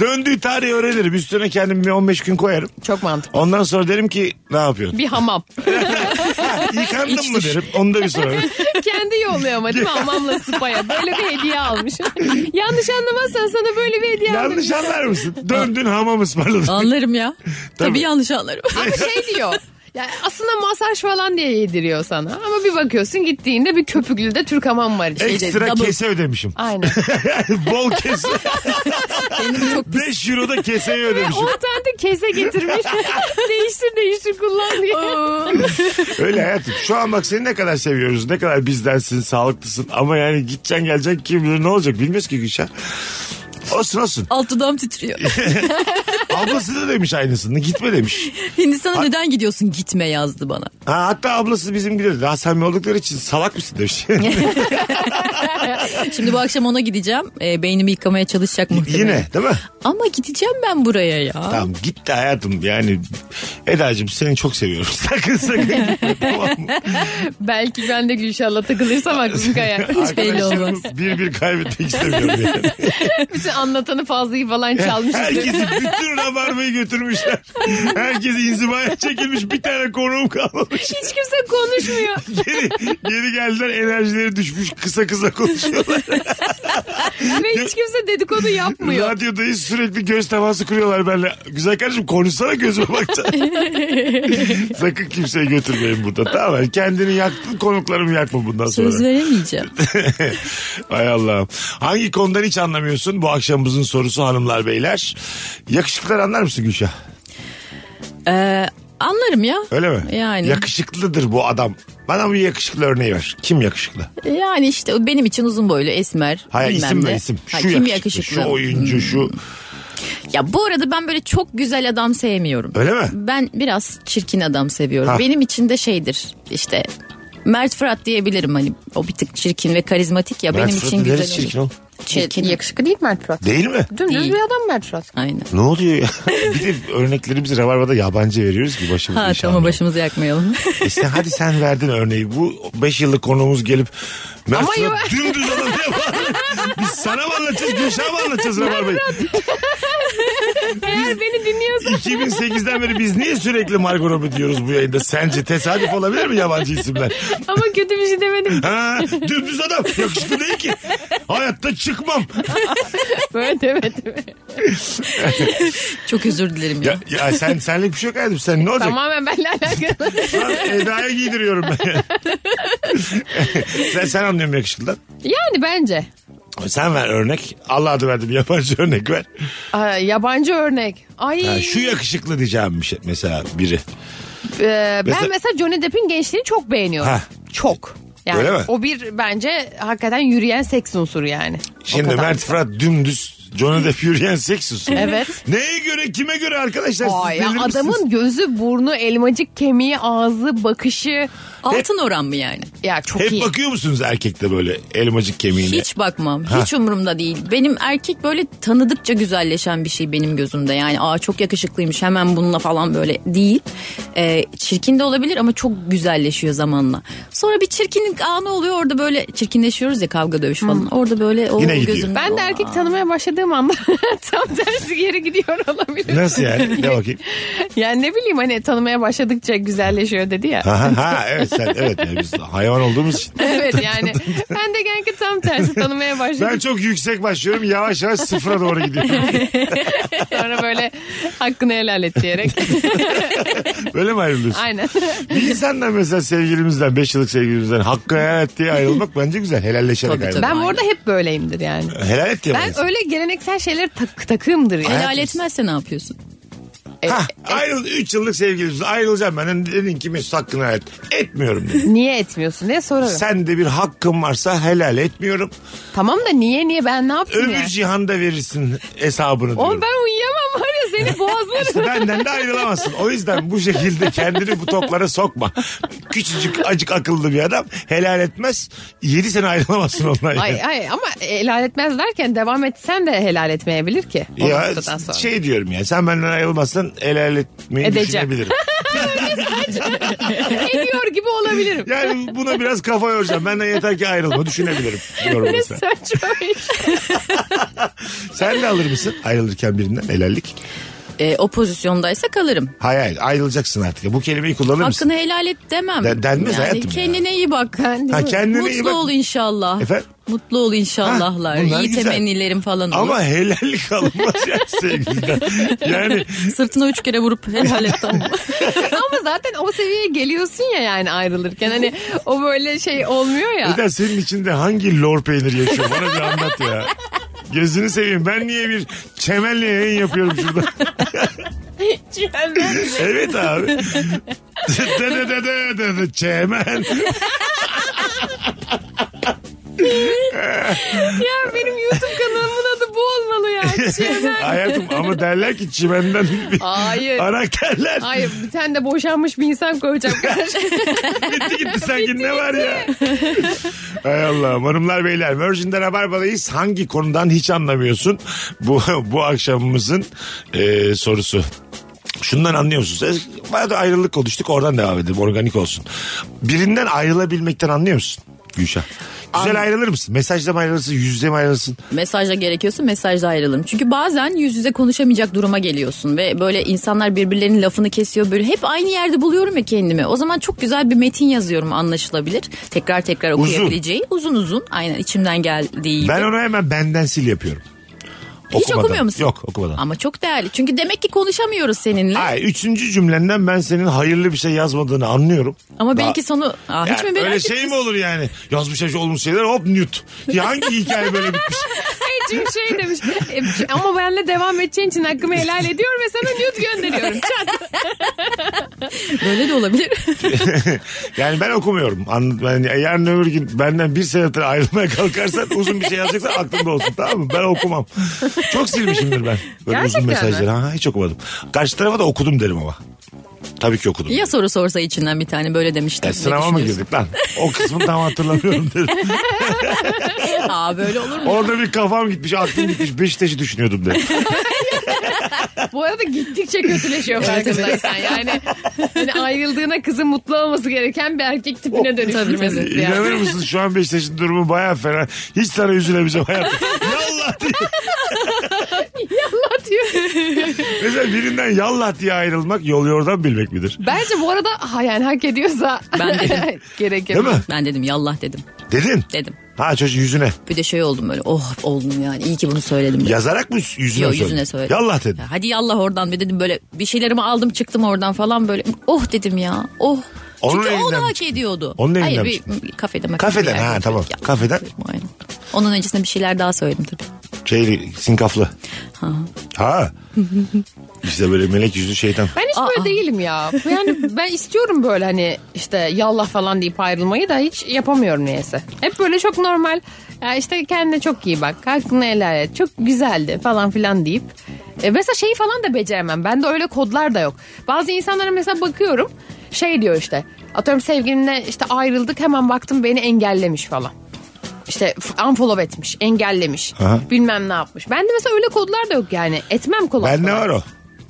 Speaker 3: Döndüğü tarihi öğrenirim. Üstüne kendimi bir 15 gün koyarım.
Speaker 4: Çok mantıklı.
Speaker 3: Ondan sonra derim ki ne yapıyorsun?
Speaker 4: Bir hamam.
Speaker 3: Yıkandın mı derim. Onu da bir sorarım.
Speaker 4: Kendi yolluyor ama değil mi? Amamla spaya. Böyle bir hediye almış. Yanlış anlamazsan sana böyle bir hediye almış.
Speaker 3: Yanlış anlar mısın? Döndün hamam ısmarladın.
Speaker 5: Anlarım ya. Tabii,
Speaker 3: Tabii.
Speaker 5: yanlış anlarım.
Speaker 4: Ama şey diyor. Yani aslında masaj falan diye yediriyor sana. Ama bir bakıyorsun gittiğinde bir köpüklüde Türk hamam var. içinde.
Speaker 3: Ekstra
Speaker 5: double.
Speaker 3: kese ödemişim.
Speaker 4: Aynen.
Speaker 3: Bol kese.
Speaker 5: Kendimi çok
Speaker 3: 5 euro da keseye ödemişim.
Speaker 4: O tane kese getirmiş. değiştir değiştir kullan diye.
Speaker 3: Öyle hayatım. Şu an bak seni ne kadar seviyoruz. Ne kadar bizdensin, sağlıklısın. Ama yani gideceksin geleceksin kim bilir ne olacak bilmiyoruz ki Gülşah. Olsun olsun.
Speaker 5: alt dudağım titriyor.
Speaker 3: Ablası da demiş aynısını. Gitme demiş.
Speaker 5: Hindistan'a neden gidiyorsun gitme yazdı bana.
Speaker 3: Ha, hatta ablası bizim gidiyor. Daha samimi oldukları için salak mısın demiş.
Speaker 5: Şimdi bu akşam ona gideceğim. Ee, beynimi yıkamaya çalışacak muhtemelen.
Speaker 3: Yine değil mi?
Speaker 5: Ama gideceğim ben buraya ya.
Speaker 3: Tamam git de hayatım yani Eda'cığım seni çok seviyorum. Sakın sakın gitme tamam mı?
Speaker 4: Belki ben de Gülşah'la takılırsam aklım kayar.
Speaker 5: Hiç belli olmaz.
Speaker 3: Arkadaşlarımı bir bir kaybetmek istemiyorum yani.
Speaker 4: Bütün anlatanı fazlayı falan çalmışız.
Speaker 3: Herkesi bütün rabarbayı götürmüşler. Herkes inzivaya çekilmiş bir tane konuğum kalmamış.
Speaker 4: Hiç kimse konuşmuyor.
Speaker 3: Geri, geri geldiler enerjileri düşmüş kısa kısa konuşuyorlar.
Speaker 4: Ve hiç kimse dedikodu yapmıyor.
Speaker 3: Radyodayız sürekli göz teması kuruyorlar benimle. Güzel kardeşim konuşsana gözüme bakacağım. Sakın kimseyi götürmeyin burada. Tamam kendini yaktın konuklarımı yakma bundan sonra.
Speaker 5: Söz veremeyeceğim.
Speaker 3: Hay Allah'ım. Hangi konudan hiç anlamıyorsun? Bu akşamımızın sorusu hanımlar beyler. Yakışıklılar anlar mısın Gülşah?
Speaker 5: Ee, anlarım ya.
Speaker 3: Öyle mi?
Speaker 5: Yani.
Speaker 3: Yakışıklıdır bu adam. Bana bir yakışıklı örneği ver. Kim yakışıklı?
Speaker 5: Yani işte benim için uzun boylu esmer.
Speaker 3: Hayır
Speaker 5: bilmem
Speaker 3: isim
Speaker 5: ne.
Speaker 3: ver isim. Şu
Speaker 5: Ha, kim
Speaker 3: yakışıklı,
Speaker 5: yakışıklı?
Speaker 3: şu oyuncu, şu.
Speaker 5: Ya bu arada ben böyle çok güzel adam sevmiyorum.
Speaker 3: Öyle mi?
Speaker 5: Ben biraz çirkin adam seviyorum.
Speaker 3: Ha.
Speaker 5: Benim için de şeydir işte Mert Fırat diyebilirim hani o bir tık çirkin ve karizmatik ya benim
Speaker 3: Mert Fırat
Speaker 5: için güzel.
Speaker 3: neresi
Speaker 5: olan.
Speaker 3: çirkin oğlum?
Speaker 5: Çirkin.
Speaker 4: Şey, Yakışıklı değil Mert Fırat.
Speaker 3: Değil mi?
Speaker 4: Dümdüz
Speaker 5: Değil.
Speaker 4: bir adam Mert Fırat.
Speaker 5: Aynen.
Speaker 3: Ne oluyor ya? bir de örneklerimizi rabarbada yabancı veriyoruz ki başımız
Speaker 5: Ha
Speaker 3: iş
Speaker 5: tamam
Speaker 3: almıyor.
Speaker 5: başımızı yakmayalım.
Speaker 3: E sen, hadi sen verdin örneği. Bu 5 yıllık konuğumuz gelip Mert
Speaker 4: Ama
Speaker 3: Fırat
Speaker 4: ya-
Speaker 3: dümdüz adam diye bağırıyor. Biz sana mı anlatacağız, Gülşah'a mı anlatacağız Rabarbayı?
Speaker 4: Eğer beni dinliyorsan
Speaker 3: 2008'den beri biz niye sürekli Margot Robbie diyoruz bu yayında? Sence tesadüf olabilir mi yabancı isimler?
Speaker 4: ama kötü bir şey demedim.
Speaker 3: Ha, dümdüz adam yakışıklı değil ki. Hayatta çıkmam.
Speaker 4: Böyle demedim.
Speaker 5: Çok özür dilerim ya.
Speaker 3: Ya, ya sen senlik bir şey yok hayatım. Sen ne olacak?
Speaker 4: Tamamen benimle alakalı.
Speaker 3: Lan Eda'ya giydiriyorum ben. sen, sen anlıyorsun yakışıklıdan.
Speaker 4: Yani bence.
Speaker 3: Sen ver örnek. Allah adı verdim yabancı örnek ver.
Speaker 4: Aa, yabancı örnek. Ay
Speaker 3: Ha, şu yakışıklı diyeceğim bir şey mesela biri.
Speaker 4: e,
Speaker 3: Mesela-
Speaker 4: ben mesela Johnny Depp'in gençliğini çok beğeniyorum.
Speaker 3: Ha.
Speaker 4: Çok. Yani
Speaker 3: Öyle mi?
Speaker 4: o bir bence hakikaten yürüyen seks unsuru yani. O
Speaker 3: Şimdi
Speaker 4: kadar.
Speaker 3: Mert Fırat dümdüz Johnny Depp yürüyen seksusun.
Speaker 4: Evet.
Speaker 3: Neye göre kime göre arkadaşlar siz
Speaker 4: Ay, ya
Speaker 3: delir misiniz?
Speaker 4: adamın gözü, burnu, elmacık kemiği, ağzı, bakışı
Speaker 5: Altın oran mı yani?
Speaker 4: ya çok
Speaker 3: Hep
Speaker 4: iyi.
Speaker 3: bakıyor musunuz erkekte böyle elmacık kemiğine?
Speaker 5: Hiç bakmam. Hiç umurumda değil. Benim erkek böyle tanıdıkça güzelleşen bir şey benim gözümde. Yani aa çok yakışıklıymış hemen bununla falan böyle değil. Ee, çirkin de olabilir ama çok güzelleşiyor zamanla. Sonra bir çirkinlik anı oluyor orada böyle çirkinleşiyoruz ya kavga dövüş falan. Orada böyle o
Speaker 3: Yine gidiyor.
Speaker 5: gözümde.
Speaker 4: ben de
Speaker 5: olan-
Speaker 4: erkek tanımaya başladığım anda tam tersi geri gidiyor olabilir.
Speaker 3: Nasıl yani? Ne bakayım?
Speaker 4: Yani ne bileyim hani tanımaya başladıkça güzelleşiyor dedi ya.
Speaker 3: Ha, ha, evet sen evet yani biz hayvan olduğumuz için.
Speaker 4: evet yani ben de kanka tam tersi tanımaya
Speaker 3: Ben
Speaker 4: başladık
Speaker 3: çok yüksek başlıyorum yavaş yavaş sıfıra doğru gidiyorum.
Speaker 4: sonra böyle hakkını helal et diyerek.
Speaker 3: Böyle mi ayrılıyorsun?
Speaker 4: Aynen.
Speaker 3: Bir insandan mesela sevgilimizden 5 yıllık sevgilimizden hakkı helal et diye ayrılmak bence güzel. Helalleşerek
Speaker 5: Tabii,
Speaker 3: ayrılmak.
Speaker 4: Ben bu arada hep böyleyimdir yani.
Speaker 3: Helal et diye
Speaker 4: Ben
Speaker 3: ayrılsın.
Speaker 4: öyle geleneksel şeyler tak, takığımdır yani.
Speaker 5: Helal etmezse ne yapıyorsun?
Speaker 4: E,
Speaker 3: Ha, ayrıl 3 yıllık sevgilimizden ayrılacağım ben. Dedin ki Mesut hakkını helal et. Etmiyorum dedim.
Speaker 4: Niye etmiyorsun diye sorarım.
Speaker 3: Sen de bir hakkın varsa helal etmiyorum.
Speaker 4: Tamam da niye niye ben ne yaptım
Speaker 3: Öbür
Speaker 4: ya?
Speaker 3: cihanda verirsin hesabını diyorum.
Speaker 4: Oğlum ben uyuyamam var ya seni
Speaker 3: İşte
Speaker 4: boğazlarım.
Speaker 3: benden de ayrılamazsın. O yüzden bu şekilde kendini bu toplara sokma. Küçücük acık akıllı bir adam helal etmez. 7 sene ayrılamazsın ondan. yani.
Speaker 4: ay ay ama helal etmez derken devam etsen de helal etmeyebilir ki. O
Speaker 3: Ya
Speaker 4: noktadan sonra.
Speaker 3: şey diyorum ya sen benden ayrılmazsan helal etmeyi
Speaker 4: Edeceğim.
Speaker 3: düşünebilirim.
Speaker 4: Ediyor gibi olabilirim.
Speaker 3: Yani buna biraz kafa yoracağım. Benden yeter ki ayrılma düşünebilirim. diyorum
Speaker 4: Ne
Speaker 3: mesela.
Speaker 4: saçma iş.
Speaker 3: Sen de alır mısın ayrılırken birinden helallik?
Speaker 5: e, o pozisyondaysa kalırım.
Speaker 3: Hayır hayır ayrılacaksın artık. Bu kelimeyi kullanır mısın?
Speaker 5: Hakkını helal et demem.
Speaker 3: De- denmez
Speaker 5: yani
Speaker 3: hayatım ya.
Speaker 5: Kendine iyi bak.
Speaker 3: Ha, kendine
Speaker 5: Mutlu
Speaker 3: iyi bak.
Speaker 5: ol inşallah.
Speaker 3: Efendim?
Speaker 5: Mutlu ol inşallahlar.
Speaker 3: Ha, bunlar
Speaker 5: iyi
Speaker 3: güzel.
Speaker 5: temennilerim falan olur.
Speaker 3: Ama helallik alınmaz ya sevgiliden. Yani
Speaker 5: Sırtına üç kere vurup helal et tamam.
Speaker 4: Ama zaten o seviyeye geliyorsun ya yani ayrılırken. Hani o böyle şey olmuyor ya.
Speaker 3: Eda senin içinde hangi lor peynir yaşıyor? Bana bir anlat ya. Gözünü seveyim. Ben niye bir çemenle yayın yapıyorum şurada?
Speaker 4: Çemen.
Speaker 3: evet abi. Dı dı dı dı dı dı, Çemen.
Speaker 4: ya benim YouTube kanalımın adı bu olmalı ya. şey Çemen.
Speaker 3: Hayatım ama derler ki çimenden bir
Speaker 4: Hayır.
Speaker 3: karakterler.
Speaker 4: Hayır bir tane de boşanmış bir insan koyacağım karşıma.
Speaker 3: Bitti gitti sanki ne var ya? Hay Allah hanımlar beyler Virgin'de Rabarba'dayız. Hangi konudan hiç anlamıyorsun? Bu bu akşamımızın e, sorusu. Şundan anlıyor musunuz? E, Bayağı da ayrılık konuştuk oradan devam edelim organik olsun. Birinden ayrılabilmekten anlıyor musun Gülşah? Güzel ayrılır mısın? Mesajla mı ayrılırsın? Yüzde mi ayrılırsın?
Speaker 5: Mesajla gerekiyorsa mesajla ayrılırım. Çünkü bazen yüz yüze konuşamayacak duruma geliyorsun ve böyle insanlar birbirlerinin lafını kesiyor. Böyle hep aynı yerde buluyorum ya kendimi. O zaman çok güzel bir metin yazıyorum anlaşılabilir. Tekrar tekrar okuyabileceği. Uzun uzun. Aynen içimden geldiği gibi.
Speaker 3: Ben onu hemen benden sil yapıyorum.
Speaker 5: Hiç okumuyor musun?
Speaker 3: Yok okumadan.
Speaker 5: Ama çok değerli. Çünkü demek ki konuşamıyoruz seninle.
Speaker 3: Ay, üçüncü cümlenden ben senin hayırlı bir şey yazmadığını anlıyorum.
Speaker 5: Ama belki
Speaker 3: Daha-
Speaker 5: sonu... Aa, hiç mi
Speaker 3: Yani
Speaker 5: merak
Speaker 3: öyle şey mi olur yani? Yazmış şey olmuş şeyler hop nüt. Ya hangi hikaye böyle bitmiş?
Speaker 4: Hayır çünkü şey demiş. "E, Ama benle devam edeceğin için hakkımı helal ediyorum ve sana nude gönderiyorum.
Speaker 3: şey-
Speaker 5: Böyle de olabilir.
Speaker 3: Yani ben okumuyorum. An, yani yarın öbür gün benden bir senedir ayrılmaya kalkarsan uzun bir şey yazacaksan aklımda olsun tamam mı? Ben okumam. Çok silmişimdir ben. Böyle
Speaker 4: Gerçekten
Speaker 3: uzun
Speaker 4: mi?
Speaker 3: mesajları. Ha, hiç okumadım. Karşı tarafa da okudum derim ama. Tabii ki okudum.
Speaker 5: ya soru sorsa içinden bir tane böyle demiştim.
Speaker 3: E,
Speaker 5: Ne
Speaker 3: sınava mı
Speaker 5: düşünüyorsun?
Speaker 3: girdik lan? O kısmını tam hatırlamıyorum derim.
Speaker 5: Aa böyle olur mu?
Speaker 3: Orada bir kafam gitmiş, aklım gitmiş. Beşiktaş'ı düşünüyordum derim.
Speaker 4: Bu arada gittikçe kötüleşiyor farkındaysan. Yani hani ayrıldığına kızın mutlu olması gereken bir erkek
Speaker 5: Oh,
Speaker 4: tipine dönüştürmesi. yani.
Speaker 3: İnanır mısın şu an Beşiktaş'ın durumu baya fena. Hiç sana üzülemeyeceğim hayatım. Yallah diye.
Speaker 4: Allah diyor.
Speaker 3: Mesela birinden yallah diye ayrılmak yol yordan bilmek midir?
Speaker 4: Bence bu arada ha, yani hak ediyorsa
Speaker 5: Ben dedim.
Speaker 4: gerek
Speaker 3: Değil
Speaker 4: yok.
Speaker 3: mi?
Speaker 5: Ben dedim yallah dedim.
Speaker 3: Dedin.
Speaker 5: Dedim.
Speaker 3: Ha çocuğun yüzüne.
Speaker 5: Bir de şey oldum böyle oh oldum yani iyi ki bunu söyledim. Ya,
Speaker 3: Yazarak mı yüzüne
Speaker 5: Yo,
Speaker 3: mi söyledin?
Speaker 5: yüzüne söyledim.
Speaker 3: Yallah dedin.
Speaker 5: hadi yallah oradan bir dedim böyle bir şeylerimi aldım çıktım oradan falan böyle oh dedim ya oh.
Speaker 3: Onun
Speaker 5: Çünkü o
Speaker 3: elinden
Speaker 5: da
Speaker 3: mi
Speaker 5: hak
Speaker 3: çıktı?
Speaker 5: ediyordu.
Speaker 3: Onun elinden
Speaker 5: Hayır
Speaker 3: mi
Speaker 5: bir kafede makine
Speaker 3: Kafeden,
Speaker 5: bir
Speaker 3: ha,
Speaker 5: yerde.
Speaker 3: tamam. Kafeden.
Speaker 5: Aynen. Onun öncesinde bir şeyler daha söyledim tabii.
Speaker 3: Şeyli, sinkaflı. Ha. işte böyle melek yüzlü şeytan.
Speaker 4: Ben hiç böyle değilim ya. Yani ben istiyorum böyle hani işte yallah falan deyip ayrılmayı da hiç yapamıyorum niyeyse. Hep böyle çok normal. Ya işte kendine çok iyi bak. Hakkını helal et. Çok güzeldi falan filan deyip. E mesela şeyi falan da beceremem. Bende öyle kodlar da yok. Bazı insanlara mesela bakıyorum. Şey diyor işte. Atıyorum sevgilimle işte ayrıldık hemen baktım beni engellemiş falan. İşte f- unfollow etmiş, engellemiş.
Speaker 3: Aha.
Speaker 4: Bilmem ne yapmış. Bende mesela öyle kodlar da yok yani. Etmem kolay.
Speaker 3: Bende
Speaker 4: kolay.
Speaker 3: var o.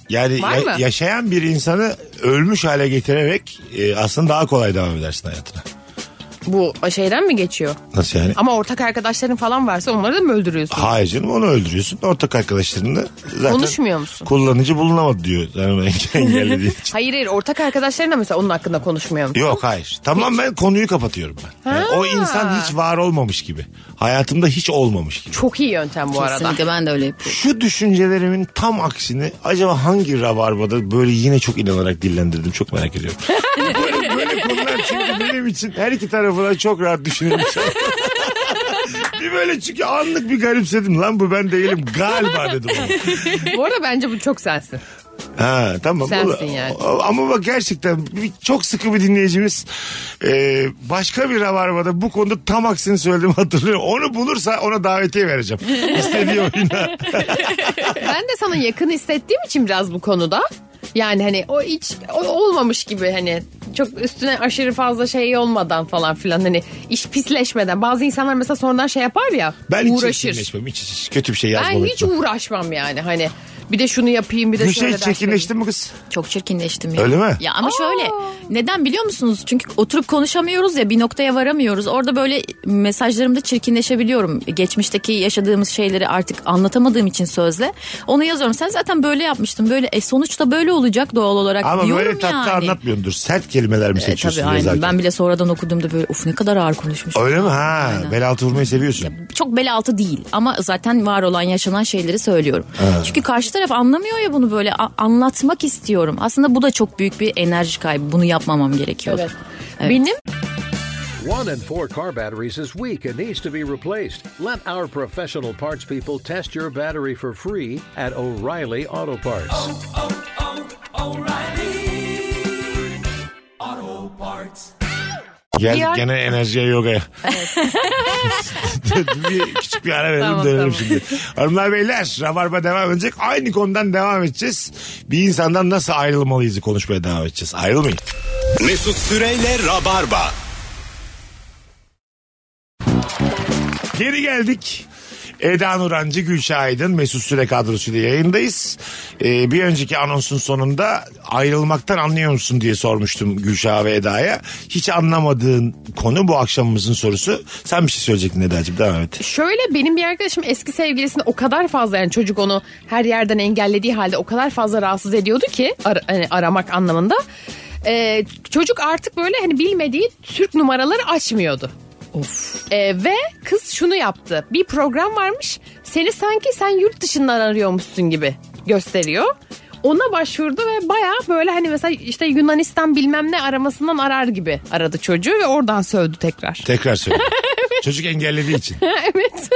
Speaker 3: Yani
Speaker 4: Var
Speaker 3: ya-
Speaker 4: mı?
Speaker 3: yaşayan bir insanı ölmüş hale getirerek e, aslında daha kolay devam edersin hayatına.
Speaker 4: Bu şeyden mi geçiyor?
Speaker 3: Nasıl yani?
Speaker 4: Ama ortak arkadaşların falan varsa onları da mı öldürüyorsun?
Speaker 3: Hayır canım onu öldürüyorsun. Ortak arkadaşlarını zaten
Speaker 4: Konuşmuyor musun?
Speaker 3: kullanıcı bulunamadı diyor. Yani engellediği için.
Speaker 4: Hayır hayır ortak arkadaşlarına mesela onun hakkında konuşmuyor musun?
Speaker 3: Yok hayır. Tamam ben konuyu kapatıyorum ben. Yani
Speaker 4: Ha.
Speaker 3: o insan hiç var olmamış gibi. Hayatımda hiç olmamış gibi.
Speaker 4: Çok iyi yöntem bu arada.
Speaker 5: Kesinlikle ben de öyle yapıyorum.
Speaker 3: Şu düşüncelerimin tam aksini acaba hangi rabarbada böyle yine çok inanarak dillendirdim çok merak ediyorum. böyle, böyle konular çünkü benim için her iki tarafı da çok rahat düşünülmüş. bir böyle çünkü anlık bir garipsedim lan bu ben değilim galiba dedim. ona.
Speaker 4: bu arada bence bu çok sensin.
Speaker 3: Ha tamam.
Speaker 4: Sensin yani.
Speaker 3: O- Ama bak gerçekten bir- çok sıkı bir dinleyicimiz e, başka bir rabarbada bu konuda tam aksini söylediğimi hatırlıyorum. Onu bulursa ona davetiye vereceğim. İstediği oyuna.
Speaker 4: Ben de sana yakın hissettiğim için biraz bu konuda. Yani hani o hiç o olmamış gibi hani çok üstüne aşırı fazla şey olmadan falan filan hani iş pisleşmeden. Bazı insanlar mesela sonradan şey yapar ya
Speaker 3: Ben hiç
Speaker 4: uğraşır.
Speaker 3: etkileşmem, Hiç, hiç kötü bir şey
Speaker 4: Ben
Speaker 3: yazmadım.
Speaker 4: hiç uğraşmam yani hani bir de şunu yapayım bir de şöyle
Speaker 3: Gülşen
Speaker 4: ders vereyim.
Speaker 3: çirkinleşti şey mi kız?
Speaker 5: Çok çirkinleştim ya.
Speaker 3: Öyle mi?
Speaker 5: Ya ama şöyle neden biliyor musunuz? Çünkü oturup konuşamıyoruz ya bir noktaya varamıyoruz. Orada böyle mesajlarımda çirkinleşebiliyorum. Geçmişteki yaşadığımız şeyleri artık anlatamadığım için sözle. Onu yazıyorum. Sen zaten böyle yapmıştın. Böyle e, sonuçta böyle olacak doğal olarak
Speaker 3: Ama
Speaker 5: diyorum
Speaker 3: böyle tatlı
Speaker 5: yani.
Speaker 3: anlatmıyordur. Sert kelimeler mi
Speaker 5: E,
Speaker 3: seçiyorsun
Speaker 5: tabii aynen.
Speaker 3: yazarken?
Speaker 5: Ben bile sonradan okuduğumda böyle of ne kadar ağır konuşmuş.
Speaker 3: Öyle mi? Ha,
Speaker 5: Aynen.
Speaker 3: bel altı vurmayı seviyorsun.
Speaker 5: Çok bel altı değil ama zaten var olan yaşanan şeyleri söylüyorum. Çünkü karşı taraf anlamıyor ya bunu böyle A- anlatmak istiyorum. Aslında bu da çok büyük bir enerji kaybı. Bunu yapmamam gerekiyordu.
Speaker 4: Evet. Benim
Speaker 6: One in four car batteries is weak and needs to be replaced. Let our professional parts people test your battery for free at O'Reilly Auto Parts.
Speaker 3: Geldik
Speaker 4: Bir-
Speaker 3: gene enerjiye yogaya. bir, küçük bir ara verelim
Speaker 4: Tamam,
Speaker 3: dönelim
Speaker 4: tamam.
Speaker 3: şimdi. Hanımlar beyler Rabarba devam edecek. Aynı konudan devam edeceğiz. Bir insandan nasıl ayrılmalıyız konuşmaya devam edeceğiz. Ayrılmayın.
Speaker 2: Mesut Süreyle Rabarba.
Speaker 3: Geri geldik. Eda Nurancı, Gülşah Aydın, Mesut Süre kadrosuyla yayındayız. Ee, bir önceki anonsun sonunda ayrılmaktan anlıyor musun diye sormuştum Gülşah ve Eda'ya. Hiç anlamadığın konu bu akşamımızın sorusu. Sen bir şey söyleyecektin Eda'cığım devam et.
Speaker 4: Şöyle benim bir arkadaşım eski sevgilisini o kadar fazla yani çocuk onu her yerden engellediği halde o kadar fazla rahatsız ediyordu ki ar- hani aramak anlamında. Ee, çocuk artık böyle hani bilmediği Türk numaraları açmıyordu.
Speaker 5: Of.
Speaker 4: Ee, ve kız şunu yaptı. Bir program varmış. Seni sanki sen yurt dışından arıyormuşsun gibi gösteriyor. Ona başvurdu ve baya böyle hani mesela işte Yunanistan bilmem ne aramasından arar gibi aradı çocuğu ve oradan sövdü tekrar.
Speaker 3: Tekrar söyle. Çocuk engellediği için.
Speaker 4: evet.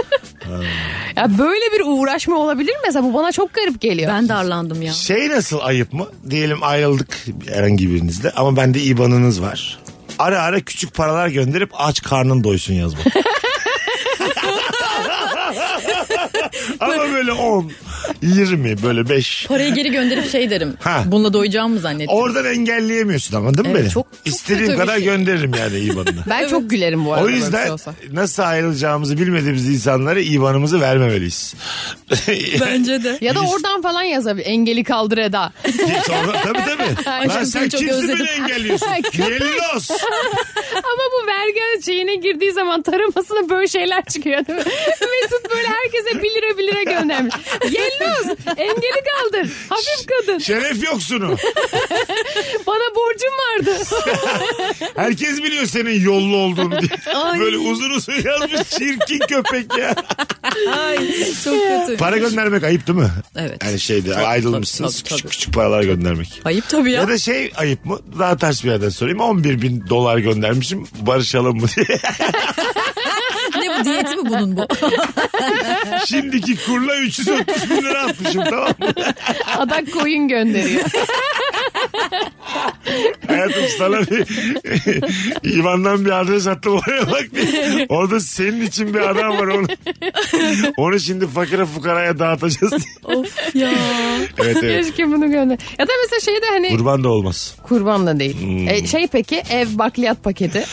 Speaker 4: ya böyle bir uğraşma olabilir mi? Mesela bu bana çok garip geliyor.
Speaker 5: Ben darlandım ya.
Speaker 3: Şey nasıl ayıp mı? Diyelim ayrıldık herhangi birinizle ama bende IBAN'ınız var. Ara ara küçük paralar gönderip aç karnın doysun yazma. ama böyle 10, 20 böyle 5.
Speaker 5: Parayı geri gönderip şey derim.
Speaker 3: Ha.
Speaker 5: Bununla doyacağımı zannettim.
Speaker 3: Oradan engelleyemiyorsun ama değil mi
Speaker 5: Evet,
Speaker 3: beni?
Speaker 5: çok- çok
Speaker 3: İstediğim
Speaker 5: kötü bir
Speaker 3: kadar
Speaker 5: şey.
Speaker 3: gönderirim yani IBAN'ını.
Speaker 4: Ben çok gülerim bu arada.
Speaker 3: O
Speaker 4: böyle bir şey
Speaker 3: yüzden
Speaker 4: olsa.
Speaker 3: nasıl ayrılacağımızı bilmediğimiz insanlara IBAN'ımızı vermemeliyiz.
Speaker 5: Bence de.
Speaker 4: Ya da
Speaker 3: Biz-
Speaker 4: oradan falan yazabilir. Engeli kaldır Eda.
Speaker 3: Sonra, tabii tabii. Lan
Speaker 5: Aşkım
Speaker 3: sen
Speaker 5: seni çok
Speaker 3: kimsin beni
Speaker 5: özledim.
Speaker 3: engelliyorsun? Yellos.
Speaker 4: Ama bu vergi şeyine girdiği zaman taramasına böyle şeyler çıkıyor değil mi? Mesut böyle herkese 1 lira 1 lira göndermiş. Yelloz engeli kaldır. Hafif kadın.
Speaker 3: Şeref yoksunu.
Speaker 4: Bana borcum vardı.
Speaker 3: Herkes biliyor senin yollu olduğunu diye.
Speaker 5: Ay.
Speaker 3: Böyle uzun uzun yazmış çirkin köpek ya.
Speaker 5: çok kötü.
Speaker 3: Para göndermek ayıp değil mi?
Speaker 5: Evet.
Speaker 3: Yani şeyde ayrılmışsınız
Speaker 5: tabii, tabii.
Speaker 3: küçük küçük paralar göndermek.
Speaker 5: Ayıp tabii ya.
Speaker 3: Ya da şey ayıp mı? Daha ters bir yerden sorayım. 11 bin dolar göndermişim barışalım mı diye.
Speaker 5: Ne bu diyeti mi bunun bu?
Speaker 3: Şimdiki kurla 330 bin lira atmışım tamam mı?
Speaker 4: Adak koyun gönderiyor.
Speaker 3: Hayatım sana bir İvan'dan bir adres attım oraya bak diye. Orada senin için bir adam var onu. Onu şimdi fakire fukaraya dağıtacağız diye.
Speaker 5: of ya.
Speaker 3: Evet evet.
Speaker 4: Keşke bunu gönder. Ya da mesela şeyde hani
Speaker 3: Kurban Hmm. da olmaz.
Speaker 4: kurban da değil. E, şey peki ev bakliyat paketi.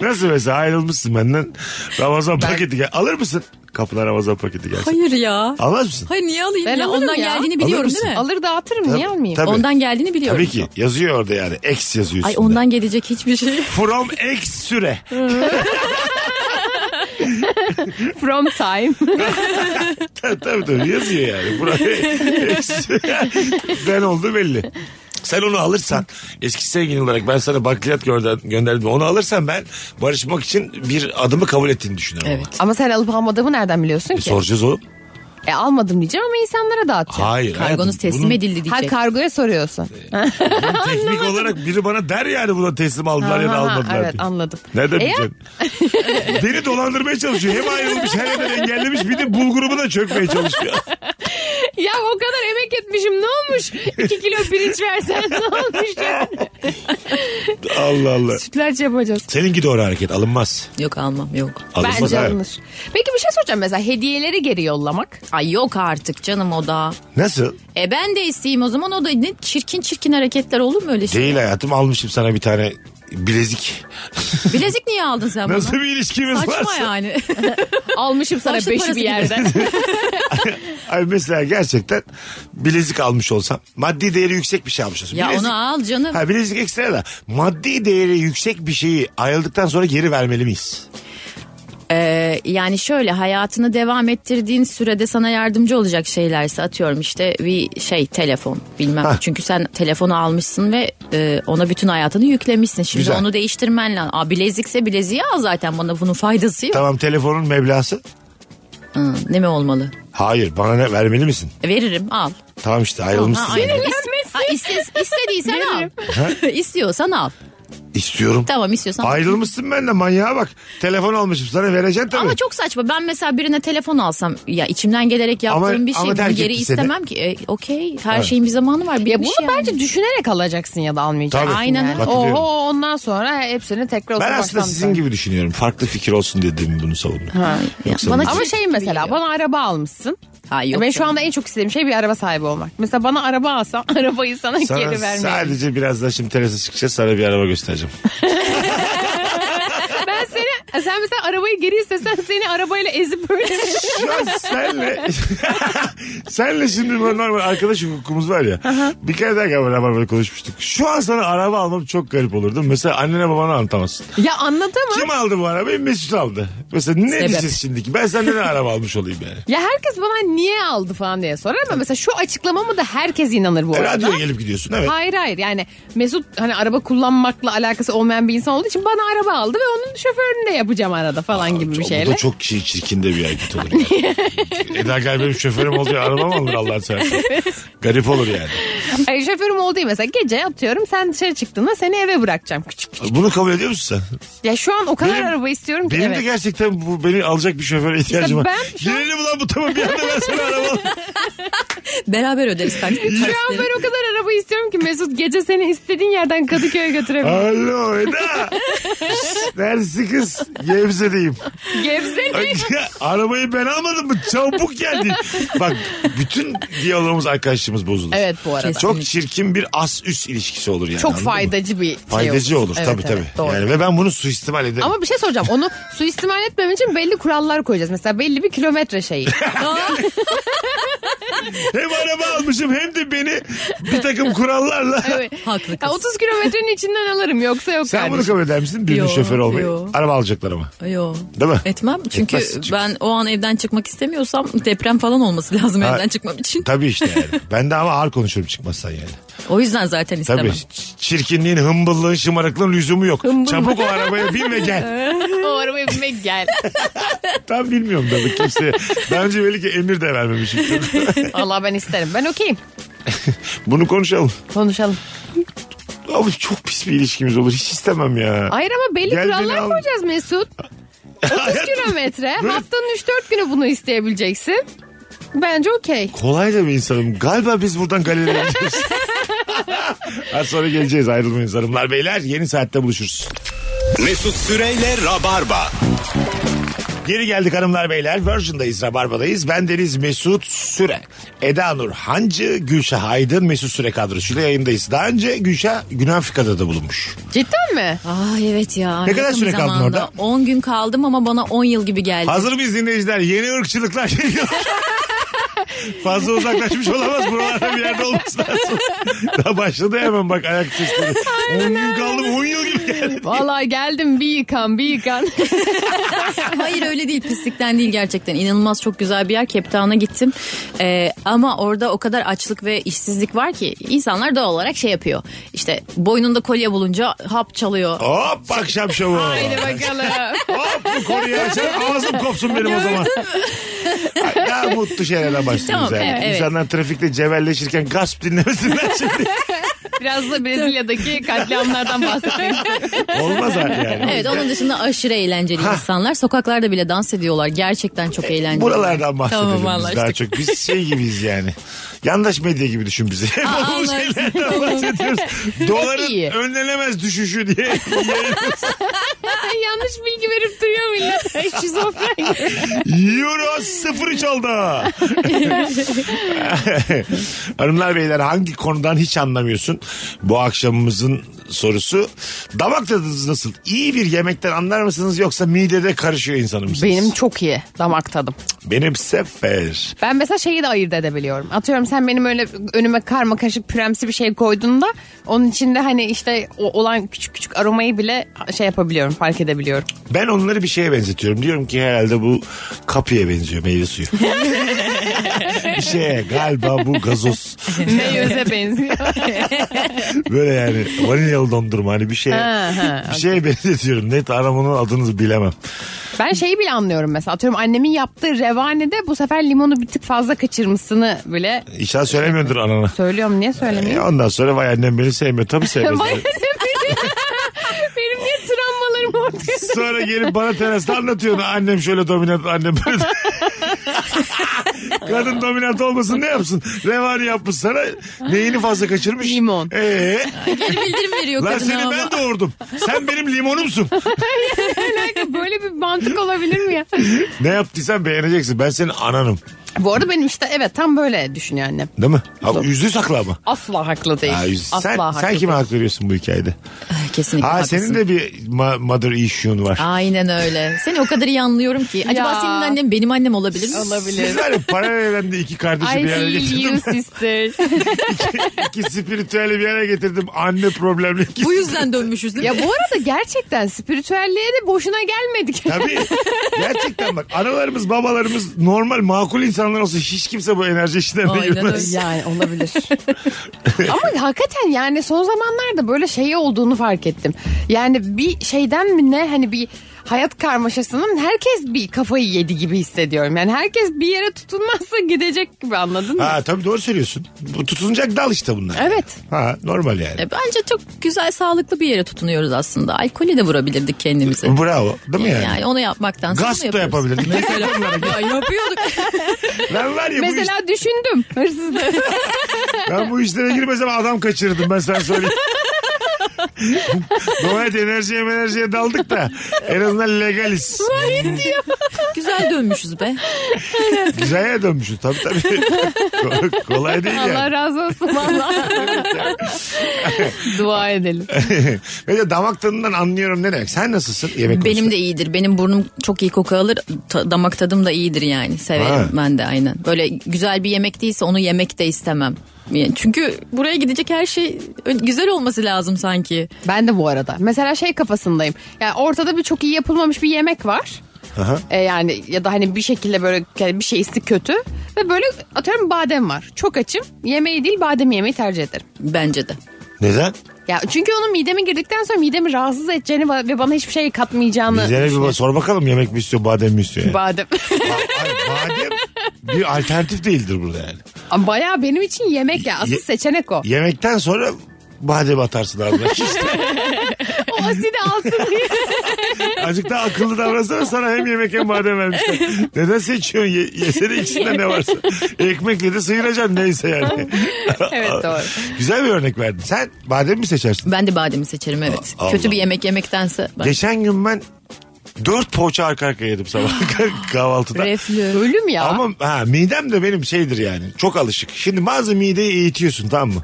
Speaker 3: Nasıl mesela ayrılmışsın benden Ramazan paketi gel. Alır mısın? Kapına Ramazan paketi gelsin.
Speaker 5: Hayır ya.
Speaker 3: Almaz mısın?
Speaker 5: Hayır niye alayım?
Speaker 4: Ben
Speaker 5: ya?
Speaker 4: alırım
Speaker 5: Ondan
Speaker 4: ya.
Speaker 5: geldiğini biliyorum
Speaker 3: Alır
Speaker 5: değil mi?
Speaker 4: Alır dağıtırım niye almayayım?
Speaker 3: Tabii.
Speaker 5: Ondan geldiğini biliyorum.
Speaker 3: Tabii ki. Yazıyor orada yani. Ex yazıyor
Speaker 5: Ay
Speaker 3: üstünde.
Speaker 5: ondan gelecek hiçbir şey.
Speaker 3: From ex süre.
Speaker 4: From time.
Speaker 3: tabii tabii yazıyor yani. Buraya ex süre. ben oldu belli. Sen onu alırsan eski sevgilin olarak ben sana bakliyat gönder- gönderdim. Onu alırsan ben barışmak için bir adımı kabul ettiğini düşünüyorum.
Speaker 5: Evet.
Speaker 3: ama.
Speaker 4: Ama sen alıp almadığımı nereden biliyorsun
Speaker 3: E,
Speaker 4: ki?
Speaker 3: soracağız oğlum.
Speaker 4: E, almadım diyeceğim ama insanlara dağıtacağım.
Speaker 3: Hayır.
Speaker 5: Kargonuz
Speaker 3: hayatım,
Speaker 5: teslim
Speaker 3: bunun-
Speaker 5: edildi
Speaker 4: Ha
Speaker 5: diyecek.
Speaker 4: kargoya soruyorsun.
Speaker 3: Teknik olarak biri bana der yani buna teslim aldılar ya da
Speaker 4: Ha, ha,
Speaker 3: almadılar
Speaker 4: evet
Speaker 3: diye.
Speaker 4: anladım.
Speaker 3: Nereden
Speaker 4: Eğer-
Speaker 3: bileceksin? Beni dolandırmaya çalışıyor. Hem ayrılmış her yerden engellemiş bir de bulgurumu da çökmeye çalışıyor.
Speaker 4: Ya o kadar emek etmişim ne olmuş? 2 kilo pirinç versen ne olmuş ya?
Speaker 3: Allah Allah.
Speaker 4: Sütlaç yapacağız.
Speaker 3: Seninki doğru hareket alınmaz.
Speaker 5: Yok almam yok.
Speaker 3: Alınmaz
Speaker 4: Bence
Speaker 3: abi.
Speaker 4: alınır. Peki bir şey soracağım mesela hediyeleri geri yollamak.
Speaker 5: Ay yok artık canım o da.
Speaker 3: Nasıl?
Speaker 5: E ben de isteyeyim o zaman o da ne çirkin çirkin hareketler olur mu öyle şey?
Speaker 3: Değil hayatım almışım sana bir tane bilezik.
Speaker 5: Bilezik niye aldın sen
Speaker 3: Nasıl
Speaker 5: bana?
Speaker 3: bir ilişkimiz
Speaker 5: Saçma
Speaker 3: varsa.
Speaker 5: yani.
Speaker 4: Almışım sana
Speaker 5: Harçlık
Speaker 4: beşi
Speaker 5: parası
Speaker 4: bir
Speaker 5: gibi.
Speaker 4: yerden.
Speaker 3: Ay mesela gerçekten bilezik almış olsam maddi değeri yüksek bir şey almış olsam.
Speaker 5: Ya
Speaker 3: bilezik,
Speaker 5: onu al canım.
Speaker 3: Ha bilezik ekstra da maddi değeri yüksek bir şeyi ayrıldıktan sonra geri vermeli miyiz?
Speaker 5: Ee, yani şöyle hayatını devam ettirdiğin sürede sana yardımcı olacak şeylerse atıyorum işte bir şey telefon bilmem.
Speaker 3: Hah.
Speaker 5: Çünkü sen telefonu almışsın ve e, ona bütün hayatını yüklemişsin. Şimdi
Speaker 3: Güzel.
Speaker 5: onu değiştirmen lazım. Aa, bilezikse bileziği al zaten bana bunun faydası yok.
Speaker 3: Tamam telefonun meblası.
Speaker 5: Hı, ne mi olmalı? E,
Speaker 3: Hayır bana ne vermeli misin?
Speaker 5: Veririm al.
Speaker 3: Tamam işte ayrılmışsın.
Speaker 5: Ha, aynen.
Speaker 3: yani.
Speaker 5: İs- ha, iste- istediysen al. İstiyorsan al.
Speaker 3: İstiyorum.
Speaker 5: Tamam istiyorsan. al.
Speaker 3: Ayrılmışsın benimle manyağa bak. Telefon almışım sana vereceğim tabii.
Speaker 5: Ama çok saçma. Ben mesela birine telefon alsam ya içimden gelerek yaptığım
Speaker 3: Ama-
Speaker 5: bir şey
Speaker 3: ama
Speaker 5: bunu
Speaker 3: terk
Speaker 5: geri
Speaker 3: etti seni.
Speaker 5: istemem ki. E, Okey. Her şeyin bir zamanı var. Bir,
Speaker 4: Ya
Speaker 5: bir
Speaker 4: bunu
Speaker 5: şey
Speaker 4: bence
Speaker 5: yani.
Speaker 4: düşünerek alacaksın ya da almayacaksın.
Speaker 3: Tabii.
Speaker 5: Aynen
Speaker 4: Yani.
Speaker 5: öyle.
Speaker 3: Katılıyorum.
Speaker 4: Oho ondan sonra hepsini tekrar
Speaker 3: ben
Speaker 4: oturup
Speaker 3: aslında
Speaker 4: baştan
Speaker 3: sizin
Speaker 4: sor.
Speaker 3: gibi düşünüyorum. Farklı fikir olsun diye demin bunu savundum.
Speaker 5: Ya,
Speaker 3: Yoksa
Speaker 5: bana
Speaker 3: bu-
Speaker 4: Ama
Speaker 5: kimse
Speaker 4: şey mesela
Speaker 5: bilmiyor.
Speaker 4: bana araba almışsın.
Speaker 5: Ay, yok
Speaker 4: ben şu
Speaker 5: canım.
Speaker 4: anda en çok istediğim şey bir araba sahibi olmak. Mesela bana araba alsam arabayı sana,
Speaker 3: Sana
Speaker 4: geri vermeyeyim.
Speaker 3: sadece biraz daha şimdi terasa çıkacağız sana bir araba göstereceğim.
Speaker 4: Ben seni sen mesela arabayı geri istesen seni arabayla ezip böyle
Speaker 3: Şu an senle senle şimdi böyle normal arkadaş hukukumuz var ya. bir kere daha galiba Rabarba'da konuşmuştuk. Şu an sana araba almam çok garip olurdu. Mesela annene babana anlatamazsın.
Speaker 4: ya anlatamam.
Speaker 3: Kim aldı bu arabayı? Mesut aldı. Mesela ne
Speaker 5: Sebep.
Speaker 3: diyeceğiz şimdi ki? Ben senden ne araba almış olayım yani.
Speaker 4: Ya herkes bana niye aldı falan diye sorar ama mesela şu açıklamama da herkes inanır bu
Speaker 3: E,
Speaker 4: arada.
Speaker 3: Radyoya gelip gidiyorsun evet.
Speaker 4: Hayır hayır yani Mesut hani araba kullanmakla alakası olmayan bir insan olduğu için bana araba aldı ve onun şoförünü de yapacağım arada falan gibi bir
Speaker 3: Çok-
Speaker 4: şeyle.
Speaker 3: Bu da çok kişi çirkin de bir hareket olur. Yani. Eda gel benim şoförüm oldu ya araba mı alır Allah'ın seversen. Garip olur yani.
Speaker 4: Ay, şoförüm olduğu mesela gece atıyorum sen dışarı çıktığında seni eve bırakacağım küçük.
Speaker 3: Bunu kabul ediyor musun sen?
Speaker 4: Ya şu an o kadar
Speaker 3: Benim-
Speaker 4: araba istiyorum ki
Speaker 3: Benim
Speaker 4: evet.
Speaker 3: de gerçekten bu beni alacak bir şoföre ihtiyacım var.
Speaker 4: ben şu an-
Speaker 3: Girelim ulan bu tamam bir anda ben sana araba alayım.
Speaker 5: Beraber öderiz taksi.
Speaker 4: Şu an ben o kadar araba istiyorum ki Mesut gece seni istediğin yerden Kadıköy'e götürebilirim.
Speaker 3: Alo Eda. Neresi kız? Gebze'deyim.
Speaker 4: Gevzeni.
Speaker 3: Arabayı ben almadım mı? Çabuk geldi. Bak bütün diyalogumuz arkadaşlığımız bozulur.
Speaker 4: Evet bu arada.
Speaker 3: Çok çirkin bir as üst ilişkisi olur yani.
Speaker 4: Çok
Speaker 3: anladın mı?
Speaker 4: faydacı bir şey
Speaker 3: Faydacı olur
Speaker 4: Evet,
Speaker 3: tabii
Speaker 4: evet,
Speaker 3: tabii.
Speaker 4: doğru.
Speaker 3: Yani ve ben bunu suistimal ederim.
Speaker 4: Ama bir şey soracağım. Onu suistimal etmem için belli kurallar koyacağız. Mesela belli bir kilometre şeyi.
Speaker 3: Hem araba almışım hem de beni bir takım kurallarla.
Speaker 4: Evet.
Speaker 5: Haklı kız.
Speaker 4: Ya 30 kilometrenin içinden alırım yoksa yok
Speaker 3: Sen bunu
Speaker 4: kardeşim.
Speaker 3: kabul eder misin? Birinin
Speaker 5: Yo,
Speaker 3: şoförü olmayı.
Speaker 5: yo.
Speaker 3: Araba alacaklar ama.
Speaker 5: Yo.
Speaker 3: Değil mi?
Speaker 5: Etmem. Çünkü
Speaker 3: Etmezsin çünkü.
Speaker 5: ben o an evden çıkmak istemiyorsam deprem falan olması lazım
Speaker 3: Ha.
Speaker 5: evden çıkmam için.
Speaker 3: Tabii işte yani. Ben de ama ağır konuşurum çıkmazsan yani.
Speaker 5: O yüzden zaten
Speaker 3: Tabii.
Speaker 5: istemem.
Speaker 3: Ç- Çirkinliğin, hımbıllığın, şımarıklığın lüzumu yok. Çabuk o arabaya bin ve gel.
Speaker 4: o arabaya binmek gel.
Speaker 3: Tam bilmiyorum tabii kimseye. Daha önce belli ki emir de vermemişim.
Speaker 4: Allah ben isterim. Ben okeyim.
Speaker 3: Bunu konuşalım.
Speaker 4: Konuşalım.
Speaker 3: Abi çok pis bir ilişkimiz olur. Hiç istemem ya.
Speaker 4: Hayır ama belli
Speaker 3: Gel beni
Speaker 4: kurallar
Speaker 3: al.
Speaker 4: koyacağız Mesut. 30 kilometre. Haftanın 3-4 günü bunu isteyebileceksin. Bence okey.
Speaker 3: Kolay da bir insanım. Galiba biz buradan galeriye gidiyoruz. Az sonra geleceğiz ayrılmayın hanımlar beyler. Yeni saatte buluşuruz.
Speaker 2: Mesut Süreyle Rabarba.
Speaker 3: Geri geldik hanımlar beyler. Virgin'dayız, Rabarba'dayız. Ben Deniz Mesut Süre. Eda Nur Hancı, Gülşah Aydın, Mesut Süre kadrosuyla yayındayız. Daha önce Gülşah Günafrika'da da bulunmuş.
Speaker 4: Cidden mi?
Speaker 5: Ah evet ya.
Speaker 3: kadar
Speaker 5: yakın
Speaker 3: süre kaldın
Speaker 5: zamanda.
Speaker 3: orada?
Speaker 5: 10 gün kaldım ama bana 10 yıl gibi geldi.
Speaker 3: Hazır mıyız dinleyiciler? Yeni ırkçılıklar geliyor. Fazla uzaklaşmış olamaz. Buralarda bir yerde olması lazım. Daha başladı hemen bak ayak sesleri. 10 gün kaldım 10 yıl gibi geldi.
Speaker 4: Vallahi geldim bir yıkan bir yıkan.
Speaker 5: Hayır öyle değil pislikten değil gerçekten inanılmaz çok güzel bir yer Cape Town'a gittim Ee, ama orada o kadar açlık ve işsizlik var ki insanlar doğal olarak şey yapıyor İşte boynunda kolye bulunca hap çalıyor
Speaker 3: Hop akşam şovu.
Speaker 4: Haydi bakalım.
Speaker 3: Hop bu konuyu açar ağzım kopsun benim o zaman. Ay, Daha mutlu şeylerden başlıyoruz
Speaker 5: Tamam,
Speaker 3: yani.
Speaker 5: evet, evet.
Speaker 3: İnsanlar trafikte cevelleşirken gasp dinlemesinler şimdi.
Speaker 4: Biraz da Brezilya'daki katliamlardan bahsedelim.
Speaker 3: Olmaz abi yani.
Speaker 5: Evet onun dışında aşırı eğlenceli insanlar sokaklarda bile dans ediyorlar gerçekten çok eğlenceli
Speaker 3: E, Buralardan bahsedelim
Speaker 5: Tamam,
Speaker 3: biz daha
Speaker 5: anlaştık.
Speaker 3: çok. Biz şey gibiyiz yani. Yandaş medya gibi düşün bizi. Hep
Speaker 5: Aa,
Speaker 3: o şeylerden bahsediyoruz.
Speaker 4: iyi.
Speaker 3: Doların önlenemez düşüşü diye.
Speaker 4: Yanlış bilgi verip duruyor millet. Şizofren.
Speaker 3: Euro 0 oldu. Hanımlar beyler hangi konudan hiç anlamıyorsun? Bu akşamımızın sorusu. Damak tadınız nasıl? İyi bir yemekten anlar mısınız yoksa midede karışıyor insanı mısınız?
Speaker 4: Benim çok iyi damak tadım.
Speaker 3: Benim sefer.
Speaker 4: Ben mesela şeyi de ayırt edebiliyorum. Atıyorum sen benim öyle önüme karma kaşık püremsi bir şey koyduğunda onun içinde hani işte o olan küçük küçük aromayı bile şey yapabiliyorum, fark edebiliyorum.
Speaker 3: Ben onları bir şeye benzetiyorum. Diyorum ki herhalde bu kapıya benziyor meyve suyu. bir şeye galiba bu gazoz.
Speaker 4: Meyöze benziyor.
Speaker 3: Böyle yani vanilyalı dondurma hani bir şeye,
Speaker 4: Ha, ha,
Speaker 3: bir şeye benzetiyorum. Net aramanın adını bilemem.
Speaker 4: Ben şeyi bile anlıyorum mesela. Atıyorum annemin yaptığı revanede bu sefer limonu bir tık fazla kaçırmışsını bile
Speaker 3: İnşallah söylemiyordur anana.
Speaker 4: söylüyorum. Niye
Speaker 3: E,
Speaker 4: söylemiyorum?
Speaker 3: ondan sonra vay annem beni sevmiyor. Tabii sevmez.
Speaker 4: Vay benim- Benim niye travmalarım ortaya
Speaker 3: Sonra gelip bana terasta anlatıyordu. Annem şöyle dominant, annem böyle. Kadın dominant olmasın ne yapsın? Revani yapmış sana. Neyini fazla kaçırmış?
Speaker 4: Limon.
Speaker 3: Ee,
Speaker 5: Geri bildirim veriyor
Speaker 3: lan
Speaker 5: kadına
Speaker 3: seni
Speaker 5: ama.
Speaker 3: ben doğurdum. Sen benim limonumsun.
Speaker 4: Belki böyle bir mantık olabilir mi ya?
Speaker 3: Ne yaptıysan beğeneceksin. Ben senin ananım.
Speaker 4: Bu arada benim işte evet tam böyle düşünüyor annem.
Speaker 3: Değil mi? Ha, yüzde sakla ama.
Speaker 4: Asla haklı değil.
Speaker 3: Ha, yüz-
Speaker 4: Asla
Speaker 3: sen,
Speaker 4: haklı.
Speaker 3: sen kime hak veriyorsun bu hikayede?
Speaker 5: Ay, Kesinlikle
Speaker 3: Ha
Speaker 5: haklısın.
Speaker 3: senin de bir ma- mother issue'un var.
Speaker 5: Aynen öyle. Seni o kadar iyi anlıyorum ki. Acaba
Speaker 4: Ya.
Speaker 5: senin annen benim annem olabilir mi?
Speaker 3: Siz var ya paralel evrende iki kardeşi
Speaker 4: I
Speaker 3: bir araya
Speaker 4: feel you
Speaker 3: getirdim.
Speaker 4: sister.
Speaker 3: iki spiritüeli bir araya getirdim. Anne problemli ikisi.
Speaker 5: Bu yüzden dönmüşüz değil mi?
Speaker 4: ya bu arada gerçekten spiritüelliğe de boşuna gelmedik.
Speaker 3: Tabii. Gerçekten bak analarımız babalarımız normal makul insanlar olsa hiç kimse bu enerji işlerine
Speaker 5: Aynen
Speaker 3: girmez.
Speaker 5: öyle.
Speaker 4: Yani olabilir. Ama hakikaten yani son zamanlarda böyle şey olduğunu fark ettim. Yani bir şeyden mi ne hani bir hayat karmaşasının herkes bir kafayı yedi gibi hissediyorum. Yani herkes bir yere tutunmazsa gidecek gibi anladın mı?
Speaker 3: Ha tabii doğru söylüyorsun. Bu tutunacak dal işte bunlar.
Speaker 4: Evet.
Speaker 3: Ha normal yani.
Speaker 5: E, Bence çok güzel sağlıklı bir yere tutunuyoruz aslında. Alkolü de vurabilirdik kendimize.
Speaker 3: Bravo. Değil mi yani?
Speaker 5: Yani. onu yapmaktan sonra
Speaker 3: Gasp da
Speaker 5: yapıyoruz.
Speaker 3: yapabilirdik.
Speaker 5: Mesela Ya yapıyorduk.
Speaker 3: Ben var ya bu, iş-
Speaker 4: Mesela düşündüm hırsızlığı.
Speaker 3: ben bu işlere girmesem adam kaçırırdım ben sana söyleyeyim. Bu hayat enerjiye enerjiye daldık da en azından legaliz.
Speaker 5: Güzel dönmüşüz be.
Speaker 3: Güzel yere dönmüşüz tabii tabii. Ko- Kolay değil
Speaker 4: Allah
Speaker 3: yani.
Speaker 4: razı olsun valla. Dua edelim.
Speaker 3: Mesela damak tadından anlıyorum ne demek. Sen nasılsın yemek
Speaker 5: Benim
Speaker 3: konusunda?
Speaker 5: de iyidir. Benim burnum çok iyi koku alır. Ta- damak tadım da iyidir yani. Severim
Speaker 3: Ha.
Speaker 5: ben de aynen. Böyle güzel bir yemek değilse onu yemek de istemem. Yani çünkü buraya gidecek her şey ö- güzel olması lazım sanki.
Speaker 4: Ben de bu arada. Mesela şey kafasındayım. Yani ortada bir çok iyi yapılmamış bir yemek var. E yani ya da hani bir şekilde böyle yani bir şeysi kötü ve böyle atıyorum badem var. Çok açım. Yemeği değil bademi yemeyi tercih ederim.
Speaker 5: Bence de.
Speaker 3: Neden?
Speaker 4: Ya çünkü onun mideme girdikten sonra midemi rahatsız edeceğini ba- ve bana hiçbir şey katmayacağını
Speaker 3: Bizlere bir
Speaker 4: düşünüyorum.
Speaker 3: ba- sor bakalım yemek mi istiyor badem mi istiyor? Yani?
Speaker 4: badem.
Speaker 3: Ba- ay, badem bir alternatif değildir burada yani.
Speaker 4: Ama Bayağı benim için yemek ya. Asıl
Speaker 3: Ye-
Speaker 4: seçenek o.
Speaker 3: Yemekten sonra badem atarsın ağzına. İşte
Speaker 4: O asidi alsın diye.
Speaker 3: azıcık daha akıllı davransana sana hem yemek hem badem vermişler. Neden seçiyorsun? Ye, yesene içinde ne varsa. Ekmekle de sıyıracaksın neyse yani.
Speaker 4: evet doğru.
Speaker 3: Güzel bir örnek verdin. Sen badem mi seçersin?
Speaker 5: Ben de bademi seçerim evet.
Speaker 3: Allah.
Speaker 5: Kötü bir yemek yemektense. Ben...
Speaker 3: Geçen gün ben dört poğaça arka arkaya yedim sabah kahvaltıda.
Speaker 5: Reflü.
Speaker 4: Ölüm ya.
Speaker 3: Ama ha, midem de benim şeydir yani. Çok alışık. Şimdi bazı mideyi eğitiyorsun tamam mı?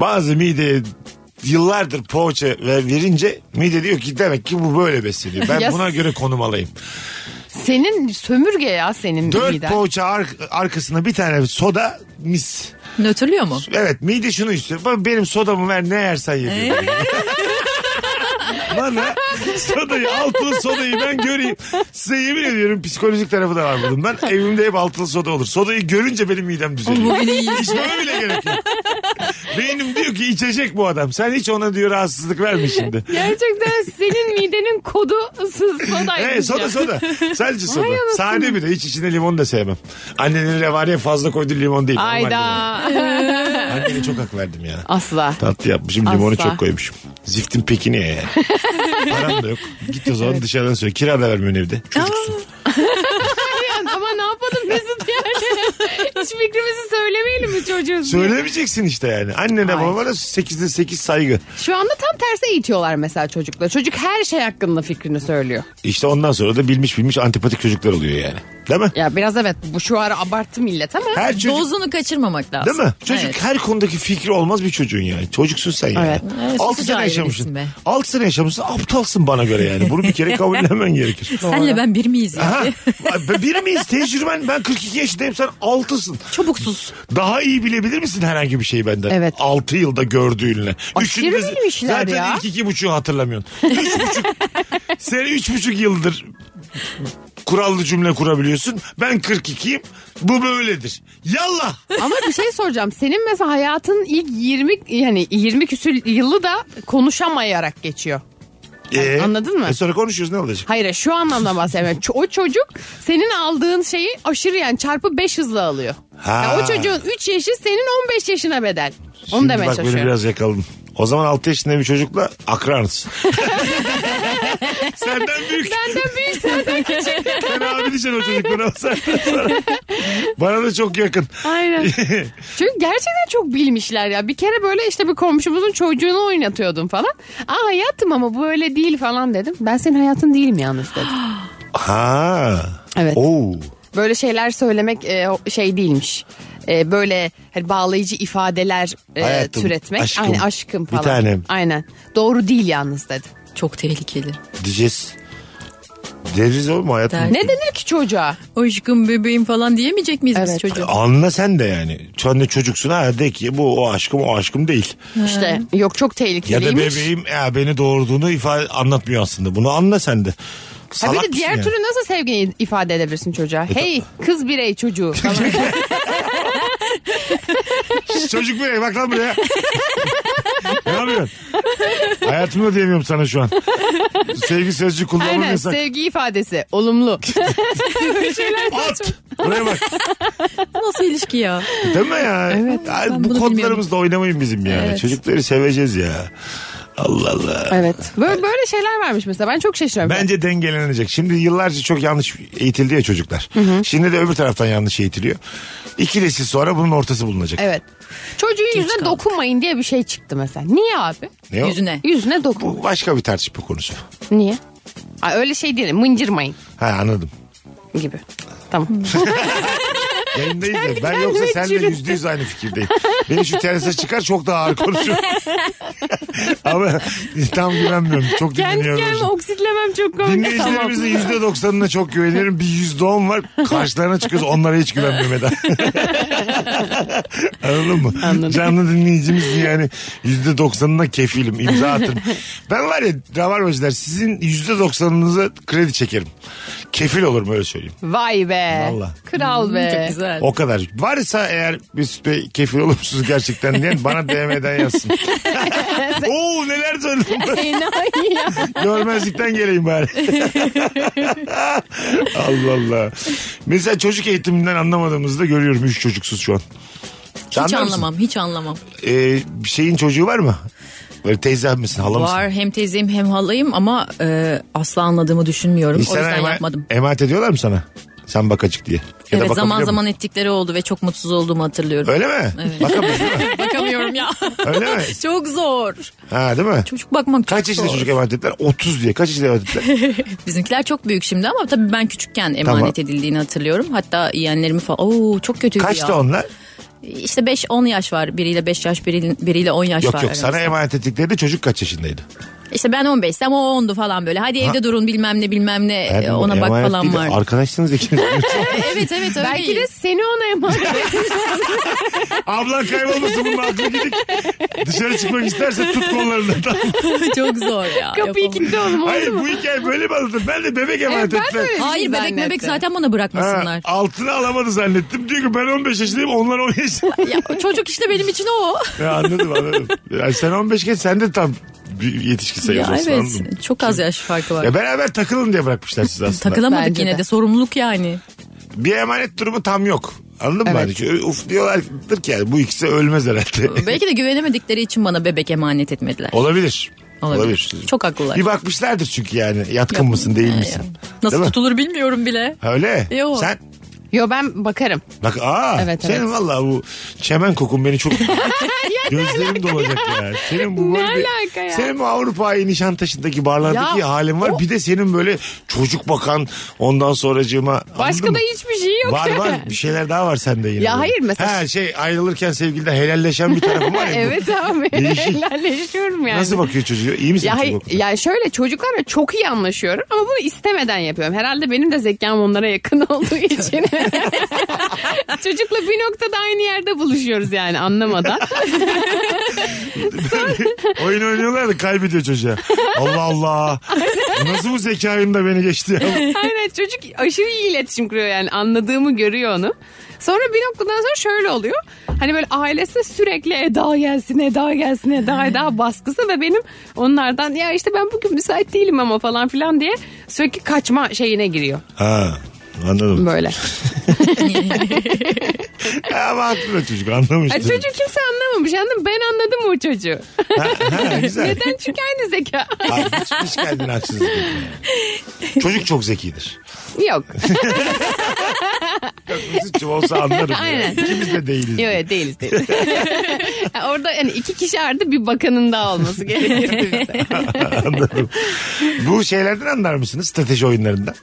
Speaker 3: Bazı mideye yıllardır poğaça ve verince mide diyor ki demek ki bu böyle besleniyor. Ben
Speaker 4: Ya
Speaker 3: buna göre konum alayım.
Speaker 4: Senin sömürge ya senin
Speaker 3: Dört
Speaker 4: miden.
Speaker 3: poğaça ar- arkasına bir tane soda mis.
Speaker 5: Nötrlüyor mu?
Speaker 3: Evet mide şunu istiyor. Bak Benim sodamı ver ne yersen ye. diyor. Bana sodayı altılı sodayı ben göreyim. Size yemin ediyorum psikolojik tarafı da var bunun. Ben evimde hep altılı soda olur. Sodayı görünce benim midem düzeliyor.
Speaker 5: Bugün iyi.
Speaker 3: İçmeme bile gerek yok. Beynim diyor ki içecek bu adam. Sen hiç ona diyor rahatsızlık verme şimdi.
Speaker 4: Gerçekten senin midenin kodu sodaymış.
Speaker 3: Ee, soda soda. Sadece soda.
Speaker 4: Vay anasını.
Speaker 3: Sade bir de hiç içine limon da sevmem. Annenin revaniye fazla koyduğu limon değil. Normal limon.
Speaker 4: Ayda.
Speaker 3: Annene çok hak verdim ya.
Speaker 4: Asla.
Speaker 3: Tatlı yapmışım limonu
Speaker 4: Asla.
Speaker 3: çok koymuşum. Ziftin pekini ye yani. Param da yok. Git o zaman dışarıdan söyle. Kira da vermiyorsun evde. Çocuksun.
Speaker 4: Ama ne yapalım Mesut yani. Hiç fikrimizi söylemeyelim mi çocuğuz diye.
Speaker 3: Söylemeyeceksin işte yani. Annene babana 8'de 8 saygı.
Speaker 4: Şu anda tam tersi eğitiyorlar mesela çocukla. Çocuk her şey hakkında fikrini söylüyor.
Speaker 3: İşte ondan sonra da bilmiş bilmiş antipatik çocuklar oluyor yani. Değil mi?
Speaker 4: Ya biraz evet bu şu ara abarttı millet ama.
Speaker 3: Her çocuk
Speaker 5: Dozunu kaçırmamak lazım.
Speaker 3: Değil mi? Çocuk
Speaker 5: Evet.
Speaker 3: her konudaki fikri olmaz bir çocuğun yani. Çocuksun sen yani.
Speaker 4: Evet.
Speaker 5: Evet,
Speaker 3: 6
Speaker 5: sıkıcı
Speaker 3: sene
Speaker 5: aile
Speaker 3: yaşamışsın.
Speaker 5: birisin be.
Speaker 3: 6 sene yaşamışsın aptalsın bana göre yani. Bunu bir kere kabullenmen gerekir.
Speaker 5: Senle ben bir miyiz ya?
Speaker 3: Ha, bir miyiz tecrüben ben 42 yaşındayım sen 6'sın.
Speaker 5: Çabuk sus.
Speaker 3: Daha iyi bilebilir misin herhangi bir şeyi benden?
Speaker 4: Evet.
Speaker 3: 6 yılda gördüğünle.
Speaker 4: Aşırı
Speaker 3: Üçünde
Speaker 4: bilmişler
Speaker 3: zaten
Speaker 4: ya.
Speaker 3: ilk iki buçuğu hatırlamıyorsun. Üç buçuk. Sen üç buçuk yıldır kurallı cümle kurabiliyorsun. Ben 42'yim. Bu böyledir. Yallah.
Speaker 4: Ama bir şey soracağım. Senin mesela hayatın ilk 20 yani 20 küsür yılı da konuşamayarak geçiyor.
Speaker 3: Ee,
Speaker 4: anladın mı?
Speaker 3: E sonra konuşuyoruz ne olacak?
Speaker 4: Hayır şu anlamda bahsediyorum. Ço- O çocuk senin aldığın şeyi aşırı yani çarpı 5 hızla alıyor.
Speaker 3: Ha.
Speaker 4: Ya o çocuğun 3 yaşı senin 15 yaşına bedel. Onu
Speaker 3: Şimdi
Speaker 4: demeye
Speaker 3: bak beni
Speaker 4: çalışıyorum.
Speaker 3: biraz yakaladın. O zaman 6 yaşında bir çocukla akranız. Senden büyük.
Speaker 4: Benden büyük zaten.
Speaker 3: Ben abi diyeceğim o çocuk bana. Sen- sana- Bana da çok yakın.
Speaker 4: Aynen. Çünkü gerçekten çok bilmişler ya. Bir kere böyle işte bir komşumuzun çocuğunu oynatıyordum falan. Aa hayatım ama bu öyle değil falan dedim. Ben senin hayatın değilim yalnız dedim.
Speaker 3: Ha.
Speaker 4: Evet.
Speaker 3: Oo.
Speaker 4: Böyle şeyler söylemek e, o- şey değilmiş. E, böyle hani bağlayıcı ifadeler e,
Speaker 3: Hayatım,
Speaker 4: türetmek.
Speaker 3: aşkım,
Speaker 4: Aynen, aşkım
Speaker 3: bir
Speaker 4: falan.
Speaker 3: tanem.
Speaker 4: Aynen. Doğru değil yalnız dedim.
Speaker 5: Çok tehlikeli.
Speaker 3: Diyeceğiz. Deriz oğlum hayatım.
Speaker 5: Der.
Speaker 4: Ne denir ki çocuğa?
Speaker 5: Aşkım bebeğim falan diyemeyecek miyiz biz
Speaker 4: Evet.
Speaker 5: çocuğa?
Speaker 3: Anla sen de yani. Sen de çocuksun ha de ki bu o aşkım o aşkım değil.
Speaker 4: İşte yok çok
Speaker 3: Ya da
Speaker 4: tehlikeliymiş.
Speaker 3: bebeğim ya beni doğurduğunu ifade anlatmıyor aslında. Bunu anla sen de.
Speaker 4: Ha
Speaker 3: Salak
Speaker 4: bir de
Speaker 3: mısın E,
Speaker 4: diğer
Speaker 3: yani?
Speaker 4: türlü nasıl sevgiyi ifade edebilirsin çocuğa? hey kız birey çocuğu falan.
Speaker 3: Çocuk buraya bak lan buraya. ne yapıyorsun? Hayatımda diyemiyorum sana şu an. Sevgi sözcüğü kullanmam
Speaker 4: Aynen
Speaker 3: yasak.
Speaker 4: sevgi ifadesi olumlu. Böyle şeyler
Speaker 3: At! Buraya bak.
Speaker 5: Nasıl ilişki ya?
Speaker 3: Değil mi ya? Ay,
Speaker 5: ben
Speaker 3: bu
Speaker 5: bunu
Speaker 3: kodlarımızda oynamayın bizim ya. Çocukları seveceğiz ya. Allah Allah.
Speaker 4: Evet. Böyle, böyle şeyler varmış mesela. Ben çok şaşırıyorum.
Speaker 3: Bence dengelenecek. Şimdi yıllarca çok yanlış eğitildi ya çocuklar. Şimdi de öbür taraftan yanlış eğitiliyor. İki nesil sonra bunun ortası bulunacak.
Speaker 4: Evet. Çocuğun yüzüne
Speaker 5: kaldık.
Speaker 4: dokunmayın diye bir şey çıktı mesela. Niye abi?
Speaker 3: Ne o?
Speaker 5: Yüzüne.
Speaker 4: Yüzüne dokun.
Speaker 3: Bu başka bir tartışma konusu.
Speaker 4: Niye? Aa, öyle şey değil. Mıncırmayın
Speaker 3: Ha anladım.
Speaker 4: gibi.
Speaker 3: Hmm.
Speaker 4: Tamam.
Speaker 3: Yayındayız ya. Ben yoksa
Speaker 4: kendime
Speaker 3: seninle
Speaker 4: çürüttüm.
Speaker 3: yüzde yüz aynı fikirdeyim. Beni şu terasa çıkar çok daha ağır konuşurum. Ama tam güvenmiyorum. Çok
Speaker 4: Kendi
Speaker 3: dinliyorum.
Speaker 4: kendime oksitlemem çok komik. Tamam.
Speaker 3: Dinleyicilerimizin yüzde doksanına çok güvenirim. Bir yüzde on var. Karşılarına çıkıyoruz. Onlara hiç güvenmiyorum Eda. Anladın mı? Canlı dinleyicimiz yani yüzde doksanına kefilim. imza atarım. ben var ya Rabarbacılar sizin yüzde doksanınıza kredi çekerim. Kefil olurum öyle söyleyeyim.
Speaker 4: Vay be.
Speaker 3: Vallahi.
Speaker 4: Kral be.
Speaker 5: Çok güzel.
Speaker 3: O kadar. Varsa eğer Mesut Bey kefil olur musunuz gerçekten diyen bana DM'den yazsın. Oo neler söyledim.
Speaker 4: Enayi ya.
Speaker 3: Görmezlikten geleyim bari. Allah Allah. Mesela çocuk eğitiminden anlamadığımızda görüyorum üç çocuksuz şu an. Sen
Speaker 5: Hiç
Speaker 3: anlar mısın?
Speaker 5: anlamam, hiç anlamam.
Speaker 3: Ee, bir şeyin çocuğu var mı? Böyle teyze misin hala mısın?
Speaker 5: Var hem teyzeyim hem halayım ama e, asla anladığımı düşünmüyorum.
Speaker 3: Hiç
Speaker 5: o yüzden
Speaker 3: ema-
Speaker 5: yapmadım.
Speaker 3: emanet ediyorlar mı sana? Sen bakacık diye. Ya da
Speaker 5: evet zaman
Speaker 3: bakabiliyor
Speaker 5: zaman
Speaker 3: mu?
Speaker 5: ettikleri oldu ve çok mutsuz olduğumu hatırlıyorum.
Speaker 3: Öyle mi?
Speaker 5: Evet.
Speaker 3: Bakabiliyor mu?
Speaker 5: Bakamıyorum ya.
Speaker 3: Öyle mi?
Speaker 5: çok zor.
Speaker 3: Ha değil mi?
Speaker 5: Çocuk bakmak çok
Speaker 3: Kaç yaşında
Speaker 5: zor.
Speaker 3: çocuk emanet ettiler? 30 diye. Kaç yaşında emanet ettiler?
Speaker 5: Bizimkiler çok büyük şimdi ama tabii ben küçükken emanet
Speaker 3: Tamam.
Speaker 5: edildiğini hatırlıyorum. Hatta yeğenlerimi falan. Oo çok kötüydü ya.
Speaker 3: Kaçta onlar?
Speaker 5: İşte 5-10 yaş var. Biriyle 5 yaş, biriyle, biriyle 10 yaş var.
Speaker 3: Yok yok
Speaker 5: aramızda.
Speaker 3: sana emanet ettikleri de çocuk kaç yaşındaydı?
Speaker 5: İşte ben 15'tim o 10'du falan böyle. Hadi evde durun bilmem ne bilmem ne e,
Speaker 3: Erdem,
Speaker 5: ona bak
Speaker 3: emanet
Speaker 5: falan
Speaker 3: değil de
Speaker 5: var.
Speaker 3: Arkadaşsınız ikiniz.
Speaker 5: evet evet öyle.
Speaker 4: Belki de seni ona emanet
Speaker 3: Ablan kaybolmasın bunun aklı gidik. Dışarı çıkmak isterse tut kollarından. Tamam.
Speaker 5: çok zor ya.
Speaker 4: kapıyı
Speaker 5: yapamam.
Speaker 4: kilitli oğlum. oldu
Speaker 3: Hayır
Speaker 4: mu?
Speaker 3: bu hikaye böyle mi anlatır? Ben de bebek
Speaker 4: Evet,
Speaker 3: emanet
Speaker 4: ben de
Speaker 3: ettiler.
Speaker 4: öyle
Speaker 5: Hayır bebek
Speaker 4: zannettim.
Speaker 5: mebek zaten bana
Speaker 3: Ha,
Speaker 5: bırakmasınlar.
Speaker 3: altını alamadı zannettim. Diyor ki ben 15 yaşındayım onlar 10 yaşında.
Speaker 5: ya, çocuk işte benim için o.
Speaker 3: Ya, anladım anladım. Ya, sen 15 geç sen de tam bir yetişkin sayıyorsun.
Speaker 5: ya,
Speaker 3: anladın mı?
Speaker 5: evet çok az yaş farkı var.
Speaker 3: Ya beraber takılın diye bırakmışlar sizi aslında.
Speaker 5: Takılamadık
Speaker 4: Bence
Speaker 5: yine
Speaker 4: de.
Speaker 5: de. sorumluluk yani.
Speaker 3: bir emanet durumu tam yok. Anladın mı? Hani ki, Uf diyorlardır ki yani, bu ikisi ölmez herhalde.
Speaker 5: Belki de güvenemedikleri için bana bebek emanet etmediler.
Speaker 3: Olabilir.
Speaker 5: Olabilir. Çok haklılar.
Speaker 3: Bir bakmışlardır çünkü yani yatkın mısın değil misin?
Speaker 5: Nasıl
Speaker 3: Değil mi?
Speaker 5: tutulur bilmiyorum bile.
Speaker 3: Öyle.
Speaker 5: Yok.
Speaker 3: Sen
Speaker 4: Yo ben bakarım.
Speaker 3: Bak aa
Speaker 4: Evet,
Speaker 3: senin
Speaker 4: evet.
Speaker 3: valla bu çemen kokun beni çok gözlerim dolacak ya. Senin bu
Speaker 4: Ne
Speaker 3: böyle bir-
Speaker 4: alaka ya?
Speaker 3: Senin bu Avrupa Nişantaşı'ndaki barlardaki
Speaker 4: Ya,
Speaker 3: halin var.
Speaker 4: o-
Speaker 3: Bir de senin böyle çocuk bakan ondan sonracığıma
Speaker 4: Başka
Speaker 3: anladın
Speaker 4: da
Speaker 3: mı?
Speaker 4: hiçbir şey yok.
Speaker 3: Var var bir şeyler daha var sende yine.
Speaker 4: Ya
Speaker 3: böyle.
Speaker 4: hayır, mesela-
Speaker 3: Ha şey ayrılırken sevgiliden helalleşen bir tarafım var ya. bu.
Speaker 4: evet abi.
Speaker 3: Değişik.
Speaker 4: Helalleşiyorum yani.
Speaker 3: Nasıl bakıyor çocuğa? İyi misin
Speaker 4: Ya,
Speaker 3: çocuk
Speaker 4: hay-
Speaker 3: bakıyor?
Speaker 4: ya şöyle çocuklarla çok iyi anlaşıyorum ama bunu istemeden yapıyorum. Herhalde benim de zekam onlara yakın olduğu için. Çocukla bir noktada aynı yerde buluşuyoruz yani anlamadan.
Speaker 3: Oyun oynuyorlar da kaybediyor çocuğa. Allah Allah. Nasıl bu zekayım da beni geçti ya?
Speaker 4: Aynen çocuk aşırı iyi iletişim kuruyor yani anladığımı görüyor onu. Sonra bir noktadan sonra şöyle oluyor. Hani böyle ailesi sürekli Eda gelsin, Eda gelsin, Eda, Eda baskısı ve benim onlardan ya işte ben bugün müsait değilim ama falan filan diye sürekli kaçma şeyine giriyor
Speaker 3: Ha anladım.
Speaker 4: böyle.
Speaker 3: Ama haklı çocuk anlamış.
Speaker 4: Ay, çocuk kimse anlamamış anladın mı? Ben anladım o çocuğu.
Speaker 3: Ha, ha, güzel.
Speaker 4: Neden? Çünkü aynı zeka.
Speaker 3: Abi, hiç, hiç kendine haksızlık etme. yani. Çocuk çok zekidir.
Speaker 4: Yok.
Speaker 3: Mesut'cum olsa anlarım. ya.
Speaker 4: Aynen.
Speaker 3: İkimiz de değiliz.
Speaker 4: Yok yok, değiliz değiliz. Ya Orada yani iki kişi artı bir bakanın daha olması gerekir.
Speaker 3: Anladım. Bu şeylerden anlar mısınız? Strateji oyunlarından.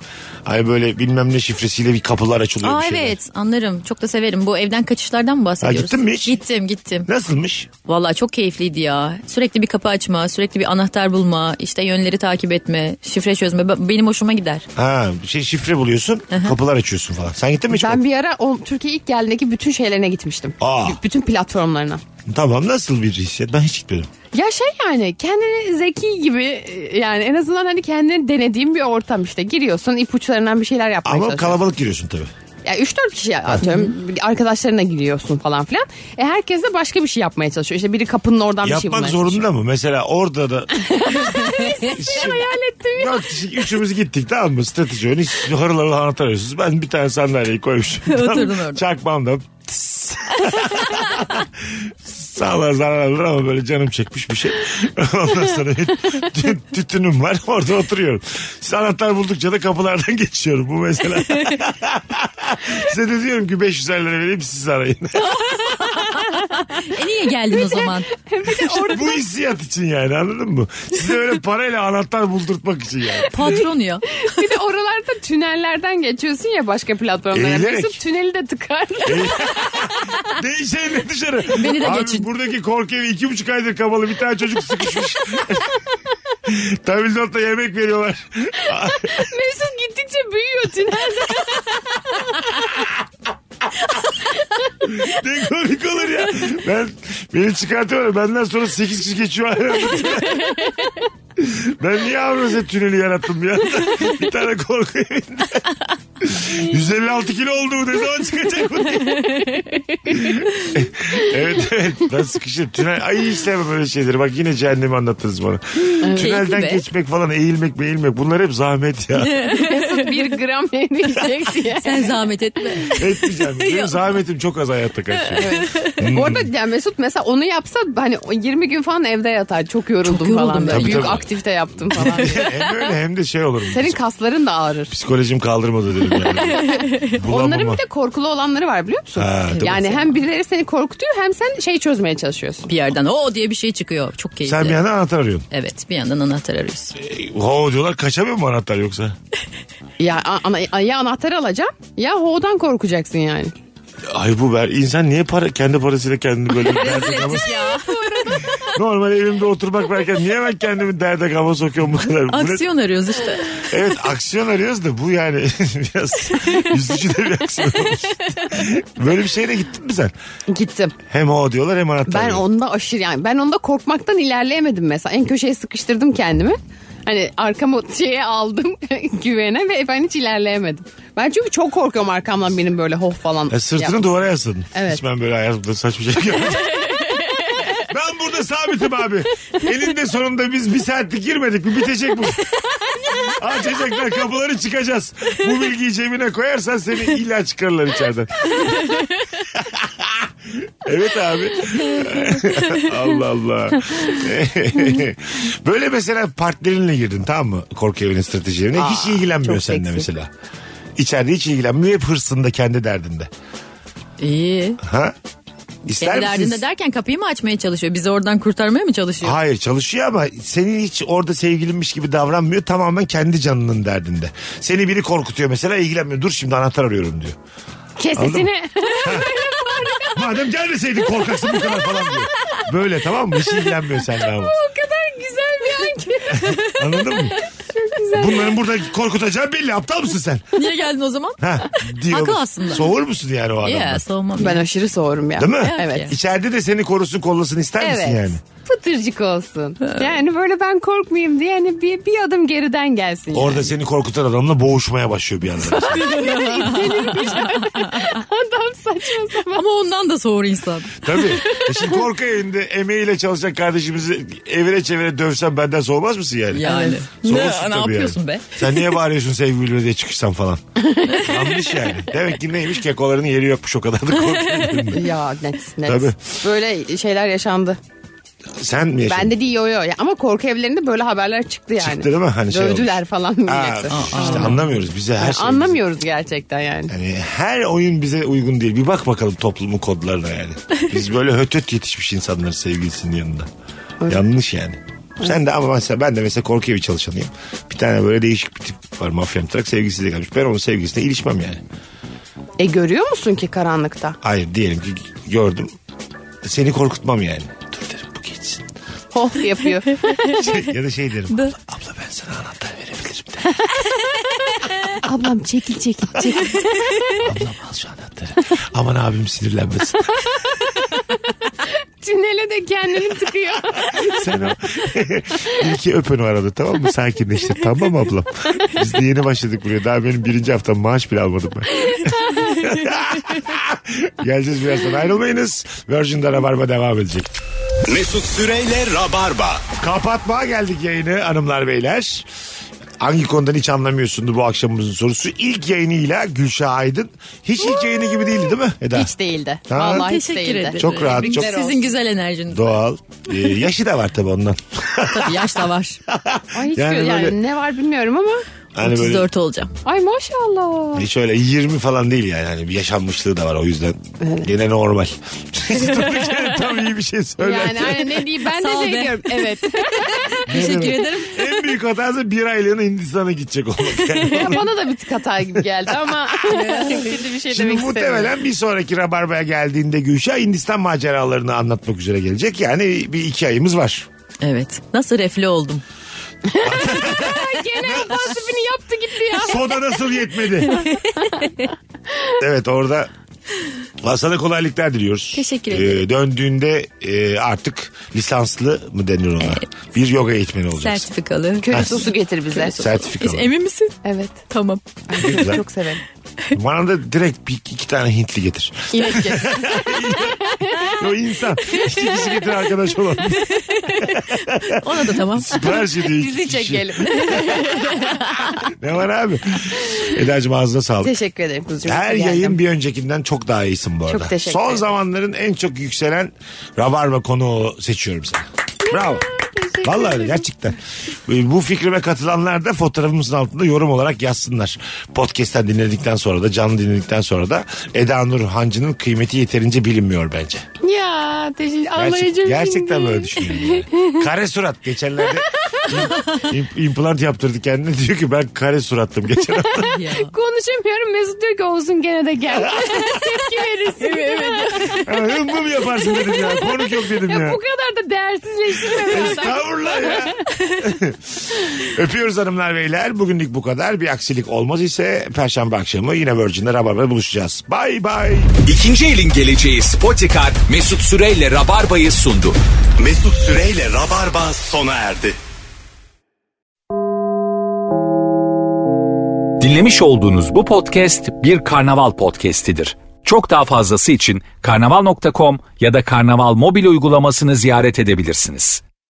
Speaker 3: Ay böyle bilmem ne şifresiyle bir kapılar açılıyor.
Speaker 5: Aa
Speaker 3: bir şeyler.
Speaker 5: evet anlarım. Çok da severim. Bu evden kaçışlardan mı bahsediyoruz?
Speaker 3: Ha, gittin mi hiç?
Speaker 5: Gittim gittim.
Speaker 3: Nasılmış?
Speaker 5: Valla çok keyifliydi ya. Sürekli bir kapı açma, sürekli bir anahtar bulma, işte yönleri takip etme, şifre çözme. Be- Benim hoşuma gider.
Speaker 3: Ha şey şifre buluyorsun kapılar açıyorsun falan. Sen gittin mi hiç?
Speaker 4: Ben bir ara o Türkiye ilk geldiğindeki bütün şeylerine gitmiştim.
Speaker 3: Aa.
Speaker 4: B- Bütün platformlarına.
Speaker 3: Tamam nasıl bir hissiyat? Ben hiç gitmedim.
Speaker 4: Ya şey yani kendini zeki gibi e, yani en azından hani kendini denediğim bir ortam işte. Giriyorsun ipuçlarından bir şeyler yapmaya
Speaker 3: Ama
Speaker 4: çalışıyorsun.
Speaker 3: kalabalık giriyorsun tabii.
Speaker 4: Ya 3-4 kişi atıyorum arkadaşlarına giriyorsun falan filan. E herkes de başka bir şey yapmaya çalışıyor. İşte biri kapının oradan bir şey
Speaker 3: Yapmak
Speaker 4: bulmaya
Speaker 3: zorunda mı? Mesela orada da
Speaker 4: çalışıyor. Hayal ettim ya.
Speaker 3: dört kişi üçümüz gittik tamam mı? Strateji oyunu hiç harıl harıl anahtar arıyorsunuz. Ben bir tane sandalyeyi koymuşum. Tamam mı?
Speaker 5: Oturdun orada.
Speaker 3: Çakmağımla tıs. Sağlar zarar alır ama böyle canım çekmiş bir şey. Ondan sonra bir tü- tütünüm var orada oturuyorum. Siz anahtar buldukça da kapılardan geçiyorum bu mesela. Size de diyorum ki 500 lira vereyim siz arayın.
Speaker 5: E niye geldin o zaman?
Speaker 3: bu hissiyat için yani anladın mı? Size öyle parayla anahtar buldurtmak için yani.
Speaker 5: Patron ya.
Speaker 4: Bir de oralarda tünellerden geçiyorsun ya başka platformlara.
Speaker 3: Eğilerek. E?
Speaker 4: Mesut tüneli de tıkar.
Speaker 3: Değişen ne dışarı?
Speaker 5: Beni de
Speaker 3: Abi
Speaker 5: geçin.
Speaker 3: buradaki korku evi iki buçuk aydır kapalı. Bir tane çocuk sıkışmış. Tabildot'ta yemek veriyorlar.
Speaker 4: Mesut gittikçe büyüyor tünel.
Speaker 3: Ne komik olur ya. Ben, beni çıkartıyorlar. Benden sonra sekiz kişi geçiyor. aynı anda. ben niye Avrasya tüneli yarattım bir anda? Bir tane korku evinde. 156 kilo oldu bu ne zaman çıkacak bu diye. evet evet ben sıkışırım. Tünel, ay hiç sevmem böyle şeyleri. Bak yine cehennemi anlattınız bana. Tünelden
Speaker 5: Keyifli be.
Speaker 3: geçmek falan eğilmek meğilmek bunlar hep zahmet ya.
Speaker 4: Mesut bir gram yenecek diye.
Speaker 5: Sen zahmet etme.
Speaker 3: Etmeyeceğim. Benim
Speaker 5: Yok.
Speaker 3: zahmetim çok az hayatta karşı. Hmm.
Speaker 4: Bu arada yani Mesut mesela onu yapsa hani 20 gün falan evde yatar. Çok yoruldum,
Speaker 5: Çok yoruldum
Speaker 4: falan.
Speaker 5: ben.
Speaker 4: der.
Speaker 3: Tabii,
Speaker 4: Büyük
Speaker 3: tabii.
Speaker 4: aktifte yaptım falan. diye.
Speaker 3: hem öyle hem de şey olurum.
Speaker 4: Senin kasların da ağrır.
Speaker 3: Psikolojim kaldırmadı dedim yani.
Speaker 4: Onların
Speaker 3: Bulamama.
Speaker 4: bir de korkulu olanları var biliyor musun?
Speaker 3: Ha, tabii.
Speaker 4: yani hem birileri seni korkutuyor hem sen şey çözmeye çalışıyorsun.
Speaker 5: Bir yerden o diye bir şey çıkıyor. Çok keyifli.
Speaker 3: Sen bir yandan anahtar arıyorsun.
Speaker 5: Evet bir yandan anahtar arıyorsun.
Speaker 3: E, Ho diyorlar kaçamıyor mu anahtar yoksa?
Speaker 4: Ya, a- ana- ya anahtarı alacağım ya ho'dan korkacaksın yani.
Speaker 3: Ay bu ver. İnsan niye para, kendi parasıyla kendini böyle bir derde kama...
Speaker 5: ya.
Speaker 3: Normal evimde oturmak varken niye ben kendimi derde kama sokuyorum bu kadar? Bu ne-
Speaker 5: Aksiyon arıyoruz işte.
Speaker 3: Evet aksiyon arıyoruz da bu yani biraz yüzücü de bir aksiyon olmuş. Böyle bir şeyle gittin mi sen?
Speaker 4: Gittim.
Speaker 3: Hem o diyorlar hem anahtar.
Speaker 4: Ben
Speaker 3: arıyorlar.
Speaker 4: onda aşırı yani ben onda korkmaktan ilerleyemedim mesela. En köşeye sıkıştırdım kendimi. Hani arkamı şeye aldım güvene ve ben hiç ilerleyemedim. Ben çünkü çok korkuyorum arkamdan benim böyle hof falan.
Speaker 3: Ya E, sırtını
Speaker 4: yapması.
Speaker 3: duvara yasladın.
Speaker 4: Evet.
Speaker 3: Hiç ben böyle hayatımda saçma şey görmedim. ben burada sabitim abi. Elinde sonunda biz bir saatlik girmedik mi bitecek bu. Açacaklar kapıları çıkacağız. Bu bilgiyi cebine koyarsan seni illa çıkarırlar içeriden. evet abi. Allah Allah. Böyle mesela partnerinle girdin tamam mı? Korku evinin stratejilerine. Hiç ilgilenmiyor
Speaker 4: çok
Speaker 3: seninle
Speaker 4: seksi.
Speaker 3: mesela. İçeride hiç ilgilenmiyor. Hep hırsında kendi derdinde.
Speaker 5: İyi.
Speaker 3: Ha? İster
Speaker 5: Kendi
Speaker 3: misiniz?
Speaker 5: derdinde derken kapıyı mı açmaya çalışıyor? Bizi oradan kurtarmaya mı çalışıyor?
Speaker 3: Hayır çalışıyor ama senin hiç orada sevgilinmiş gibi davranmıyor. Tamamen kendi canının derdinde. Seni biri korkutuyor mesela ilgilenmiyor. Dur şimdi anahtar arıyorum diyor.
Speaker 4: Kesesini.
Speaker 3: Madem gelmeseydin korkaksın bu kadar falan diyor. Böyle tamam mı? Hiç ilgilenmiyor seninle ama.
Speaker 4: o kadar güzel bir an ki.
Speaker 3: Anladın mı? Bunların burada korkutacağı belli. Aptal mısın sen?
Speaker 5: Niye geldin o zaman?
Speaker 3: Ha, diyor.
Speaker 5: Haklı aslında.
Speaker 3: Soğur musun yani o adamdan?
Speaker 5: Ya soğumam.
Speaker 4: Ben aşırı soğurum ya.
Speaker 3: Değil mi?
Speaker 4: Evet.
Speaker 3: İçeride de seni korusun kollasın ister misin yani?
Speaker 4: Pıtırcık olsun. Yani böyle ben korkmayayım diye hani bir, bir adım geriden gelsin. yani.
Speaker 3: Orada seni korkutan adamla boğuşmaya başlıyor bir anda.
Speaker 4: Adam saçma sapan.
Speaker 5: Ama ondan da soğur insan.
Speaker 3: Tabii. E şimdi korku evinde emeğiyle çalışan kardeşimizi evire çevire dövsen benden soğumaz mısın yani?
Speaker 5: Yani. Ne-
Speaker 3: Soğursun
Speaker 5: ne
Speaker 3: tabii
Speaker 5: yapıyorsun
Speaker 3: yani.
Speaker 5: be?
Speaker 3: Sen niye bağırıyorsun sevgilime diye çıkışsan falan. Yanlış yani. Demek ki neymiş kekoların yeri yokmuş o kadar da korku evinde.
Speaker 4: Ya net net.
Speaker 3: Tabii.
Speaker 4: Böyle şeyler yaşadın.
Speaker 3: Sen mi yaşadın?
Speaker 4: Ben de değil yo yo. Ya, ama korku evlerinde böyle haberler çıktı yani.
Speaker 3: Çıktı değil mi? Hani şey
Speaker 4: Dövdüler
Speaker 3: olmuş. şey
Speaker 4: falan.
Speaker 3: Aa,
Speaker 4: milleti.
Speaker 3: işte anlamıyoruz bize her şey.
Speaker 4: Anlamıyoruz gerçekten yani.
Speaker 3: Yani her oyun bize uygun değil. Bir bak bakalım toplumun kodlarına yani. Biz böyle höt höt yetişmiş insanlar sevgilisinin yanında. Yanlış yani. Sen de ama mesela ben de mesela korku evi çalışanıyım. Bir tane böyle değişik bir tip var mafya trak sevgilisiyle gelmiş. Ben onun sevgilisine ilişmem yani.
Speaker 4: E görüyor musun ki karanlıkta?
Speaker 3: Hayır diyelim ki gördüm. Seni korkutmam yani. Dur derim bu geçsin.
Speaker 4: Hoh Oh, yapıyor.
Speaker 3: ya da şey derim. Abla, abla ben sana anahtar verebilirim de.
Speaker 4: Ablam çekil çekil çekil.
Speaker 3: Ablam al şu anahtarı. Aman abim sinirlenmesin.
Speaker 4: Tünele de kendini tıkıyor.
Speaker 3: Sen o. İlki öpün o arada tamam mı? Sakinleştir tamam mı ablam? Biz de yeni başladık buraya. Daha benim birinci hafta maaş bile almadım ben. Geleceğiz birazdan ayrılmayınız. Virgin'de Rabarba devam edecek.
Speaker 2: Mesut Süreyle Rabarba.
Speaker 3: Kapatmaya geldik yayını hanımlar beyler. Hangi konudan hiç anlamıyorsundu bu akşamımızın sorusu? İlk yayınıyla Gülşah Aydın. Hiç ilk yayını gibi değildi değil mi Eda?
Speaker 4: Hiç değildi.
Speaker 3: Ha?
Speaker 4: Vallahi hiç
Speaker 5: Teşekkür
Speaker 4: değildi.
Speaker 5: ederim.
Speaker 3: Çok rahat, çok
Speaker 4: Tebrikler olsun.
Speaker 5: Sizin güzel enerjiniz.
Speaker 3: doğal. Ee, yaşı da var tabii ondan.
Speaker 5: Tabii yaş da var.
Speaker 4: Ay hiç
Speaker 3: Yani
Speaker 4: yani,
Speaker 3: böyle-
Speaker 4: ne var bilmiyorum ama.
Speaker 3: Hani böyle
Speaker 5: 34 olacağım.
Speaker 4: Ay maşallah.
Speaker 3: Hiç öyle 20 falan değil yani. Hani bir yaşanmışlığı da var o yüzden. Gene normal. Tam iyi bir şey söyler.
Speaker 4: Yani aynen ne diyeyim ben de
Speaker 5: Sağ ol
Speaker 4: şey
Speaker 5: be.
Speaker 4: diyorum. Evet.
Speaker 5: Teşekkür ederim.
Speaker 3: En büyük hatası bir aylığına Hindistan'a gidecek olmak. Yani
Speaker 4: Ya bana da bir tık hata gibi geldi ama kötü bir şey
Speaker 3: Şimdi
Speaker 4: demek istemiyorum.
Speaker 3: muhtemelen bir sonraki Rabarba'ya geldiğinde Gülşah Hindistan maceralarını anlatmak üzere gelecek. Yani bir iki ayımız var.
Speaker 5: Evet. Nasıl refle oldum?
Speaker 4: Gene o tasvipini yaptı gitti ya.
Speaker 3: Soda nasıl yetmedi? evet orada Sana kolaylıklar diliyoruz.
Speaker 5: Teşekkür
Speaker 3: Ee,
Speaker 5: ederim.
Speaker 3: döndüğünde e, artık lisanslı mı denir ona? Bir yoga eğitmeni olacaksın.
Speaker 5: Sertifikalı.
Speaker 4: Köri sosu getir bize.
Speaker 3: Sertifika.
Speaker 5: Biz emin misin?
Speaker 4: Evet.
Speaker 5: Tamam.
Speaker 3: Güzel.
Speaker 4: Çok, çok severim.
Speaker 3: Bana da direkt bir, iki tane Hintli getir.
Speaker 5: İnek getir.
Speaker 3: o insan. İki kişi getir arkadaş olan.
Speaker 5: Ona da tamam.
Speaker 3: Sipariş ediyor. iki
Speaker 4: Dizi
Speaker 3: kişi.
Speaker 4: çekelim.
Speaker 3: Ne var abi? Eda'cığım ağzına sağlık.
Speaker 4: Teşekkür ederim kuzucuğum.
Speaker 3: Her
Speaker 4: Rica ederim.
Speaker 3: yayın bir öncekinden çok daha iyisin bu arada.
Speaker 4: teşekkür
Speaker 3: Son
Speaker 4: ederim.
Speaker 3: zamanların en çok yükselen rabarba konuğu seçiyorum sana. Bravo.
Speaker 4: teşekkür
Speaker 3: Vallahi
Speaker 4: ederim.
Speaker 3: gerçekten. Ee, Bu fikrime katılanlar da fotoğrafımızın altında yorum olarak yazsınlar. Podcast'ten dinledikten sonra da canlı dinledikten sonra da Eda Nur Hancı'nın kıymeti yeterince bilinmiyor bence.
Speaker 4: Ya teşekkür
Speaker 3: Gerçek,
Speaker 4: Ağlayacağım
Speaker 3: gerçekten
Speaker 4: şimdi.
Speaker 3: böyle şey. düşünüyorum. yani. Kare surat. Geçenlerde im- implant yaptırdı kendine. Diyor ki ben kare suratlım geçen hafta.
Speaker 5: Ya.
Speaker 4: Konuşamıyorum Mesut diyor ki olsun gene de gel. Tepki verirsin.
Speaker 3: Hımbım yaparsın dedim ya. Konuk yok dedim ya.
Speaker 4: Ya bu kadar da değersizleştirme.
Speaker 3: Estağfurullah ya. Öpüyoruz hanımlar beyler. Bugünlük bu kadar. Bir aksilik olmaz ise perşembe akşamı yine Virgin'de Rabarba'da buluşacağız. Bay bay.
Speaker 1: İkinci elin geleceği Spotikar Mesut Süreyle Rabarba'yı sundu.
Speaker 2: Mesut Süreyle Rabarba sona erdi.
Speaker 1: Dinlemiş olduğunuz bu podcast bir karnaval podcastidir. Çok daha fazlası için karnaval.com ya da karnaval mobil uygulamasını ziyaret edebilirsiniz.